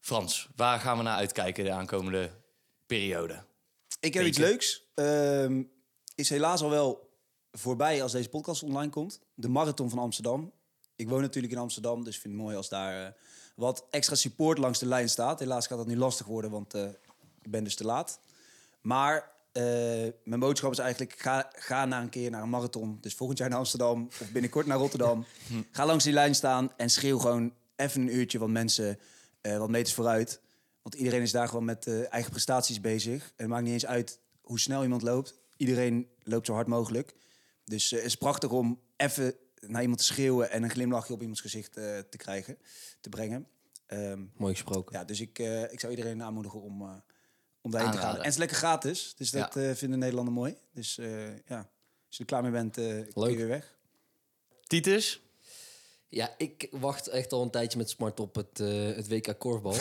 B: Frans, waar gaan we naar uitkijken de aankomende periode?
C: Ik heb iets leuks. Ehm, is helaas al wel voorbij als deze podcast online komt. De Marathon van Amsterdam. Ik woon natuurlijk in Amsterdam, dus ik vind het mooi als daar eh, wat extra support langs de lijn staat. Helaas gaat dat nu lastig worden, want eh, ik ben dus te laat. Maar eh, mijn boodschap is eigenlijk, ga, ga na een keer naar een marathon. Dus volgend jaar naar Amsterdam of binnenkort naar Rotterdam. Ga langs die lijn staan en schreeuw gewoon even een uurtje wat mensen eh, wat meters vooruit. Want iedereen is daar gewoon met eh, eigen prestaties bezig. En het maakt niet eens uit hoe snel iemand loopt. Iedereen loopt zo hard mogelijk. Dus eh, het is prachtig om even naar iemand te schreeuwen... en een glimlachje op iemands gezicht eh, te krijgen, te brengen. Ehm,
D: Mooi gesproken.
C: ja, dus ik, eh, ik zou iedereen aanmoedigen om, eh om daarheen te gaan.
B: Aanraden.
C: En het is lekker gratis, dus dat
B: Ja.
C: eh, vinden Nederlanders mooi. Dus eh, ja, als je er klaar mee bent, eh kun je
D: Leuk.
C: weer weg.
B: Titus?
D: Ja, ik wacht echt al een tijdje met smart op het, eh, het WK korfbal.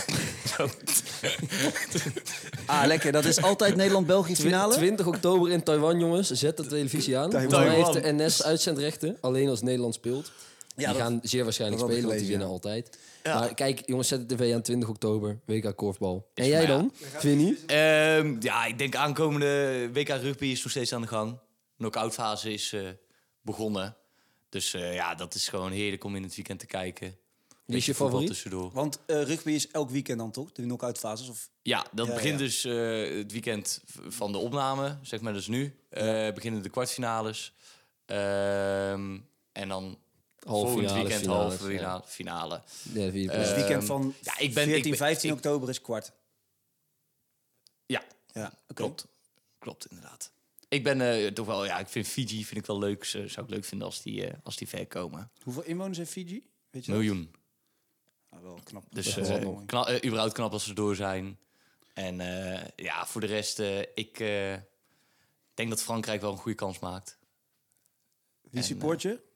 E: Ah, lekker. Dat is altijd Nederland-België
D: Twi-
E: finale.
D: 20 oktober in Taiwan, jongens. Zet de televisie aan. Volgens mij heeft de NS uitzendrechten. Alleen als Nederland speelt. die
C: dat-
D: gaan zeer waarschijnlijk
E: dat had ik
D: spelen, want
E: gelezen,
D: die winnen altijd. Maar kijk, jongens, zet de tv aan 20 oktober. WK korfbal. En jij
B: maar ja.
D: dan, Vinnie?
B: Ehm, ja, ik denk aankomende WK rugby is nog steeds aan de gang. Knockout fase is eh, begonnen. Dus eh, ja, dat is gewoon heerlijk om in het weekend te kijken.
D: Wie is je
B: Beetje voetbal
D: favoriet?
B: Tussendoor.
C: Want eh, rugby is elk weekend dan toch? De knock-out fases? Of...
B: Ja, dat
C: Ja,
B: begint
C: ja.
B: dus eh, het weekend v- van de opname, zeg maar dus nu. Eh, beginnen de kwartfinales. Ehm, en dan
D: Halve
B: volgend
D: finales,
B: weekend
D: finales,
B: halve
D: ja.
B: finale. finale.
D: Ja, wie-
C: Dus het weekend
B: Ehm,
C: van
B: ja, ik ben-
C: 14,
B: ik ben-
C: 15
B: ik-
C: oktober is kwart.
B: Ja,
C: Ja, oké.
B: klopt. Klopt, inderdaad. Ik ben eh, toch wel, ja, ik vind Fiji vind ik wel leuk. Ze- zou ik leuk vinden als die, eh, als die ver komen.
C: Hoeveel inwoners heeft Fiji? Weet je dat?
B: Miljoen.
C: Ah, wel knap.
B: Dus
C: Dat is
B: eh,
C: wel mooi.
B: kna- eh, überhaupt knap als ze door zijn. En eh, ja, voor de rest, eh, ik eh, denk dat Frankrijk wel een goede kans maakt.
C: Wie
B: en, eh,
C: support je?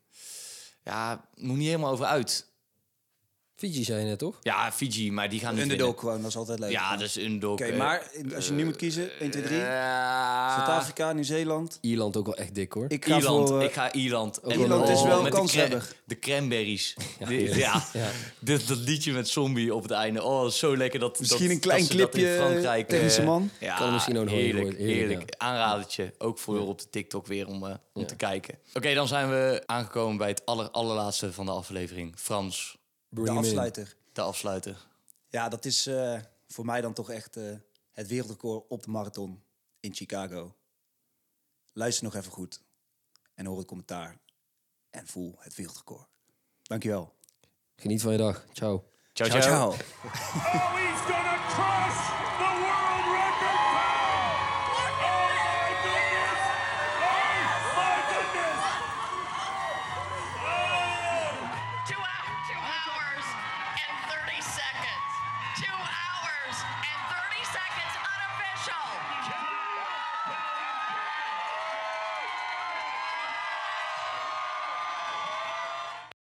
B: Ja, nog niet helemaal over uit.
D: Fiji zei je net, toch?
B: Ja, Fiji, maar die gaan niet
C: Underdog
B: winnen.
C: gewoon, dat is altijd leuk.
B: Ja,
C: Maar-
B: dat is underdog.
C: Oké,
B: eh,
C: maar als je nu moet kiezen, 1, 2, 3.
B: eh,
C: Zuid-Afrika, Nieuw-Zeeland.
D: Ierland ook wel echt dik, hoor.
C: Ik ga
B: Ierland,
C: voor... eh,
B: ik ga Ierland. En
D: Ierland
B: dan-
D: is wel
B: met De,
C: kanshebber.
B: cra- de cranberries. Ja,
D: heerlijk.
B: ja.
D: Ja.
B: Dit, dat liedje met zombie op het einde. Oh, zo lekker dat
C: Misschien
B: dat-
C: een klein
B: dat ze dat in
C: clipje
B: Frankrijk,
C: tegen
B: eh,
C: zijn man.
B: Ja,
D: Kan er misschien ook nog
B: heerlijk,
D: worden, heerlijk,
B: heerlijk. Aanradertje, ook voor op de TikTok weer om, eh, om te kijken. Oké, dan zijn we aangekomen bij het aller, allerlaatste van de aflevering. Frans,
D: Bring
C: de
D: him in.
C: afsluiter.
B: de afsluiter.
C: Ja, dat is eh, voor mij dan toch echt eh, het wereldrecord op de marathon in Chicago. Luister nog even goed en hoor het commentaar. En voel het wereldrecord. Dankjewel.
D: Geniet van je dag. Ciao.
B: ciao. ciao.
F: Oh, he's gonna crush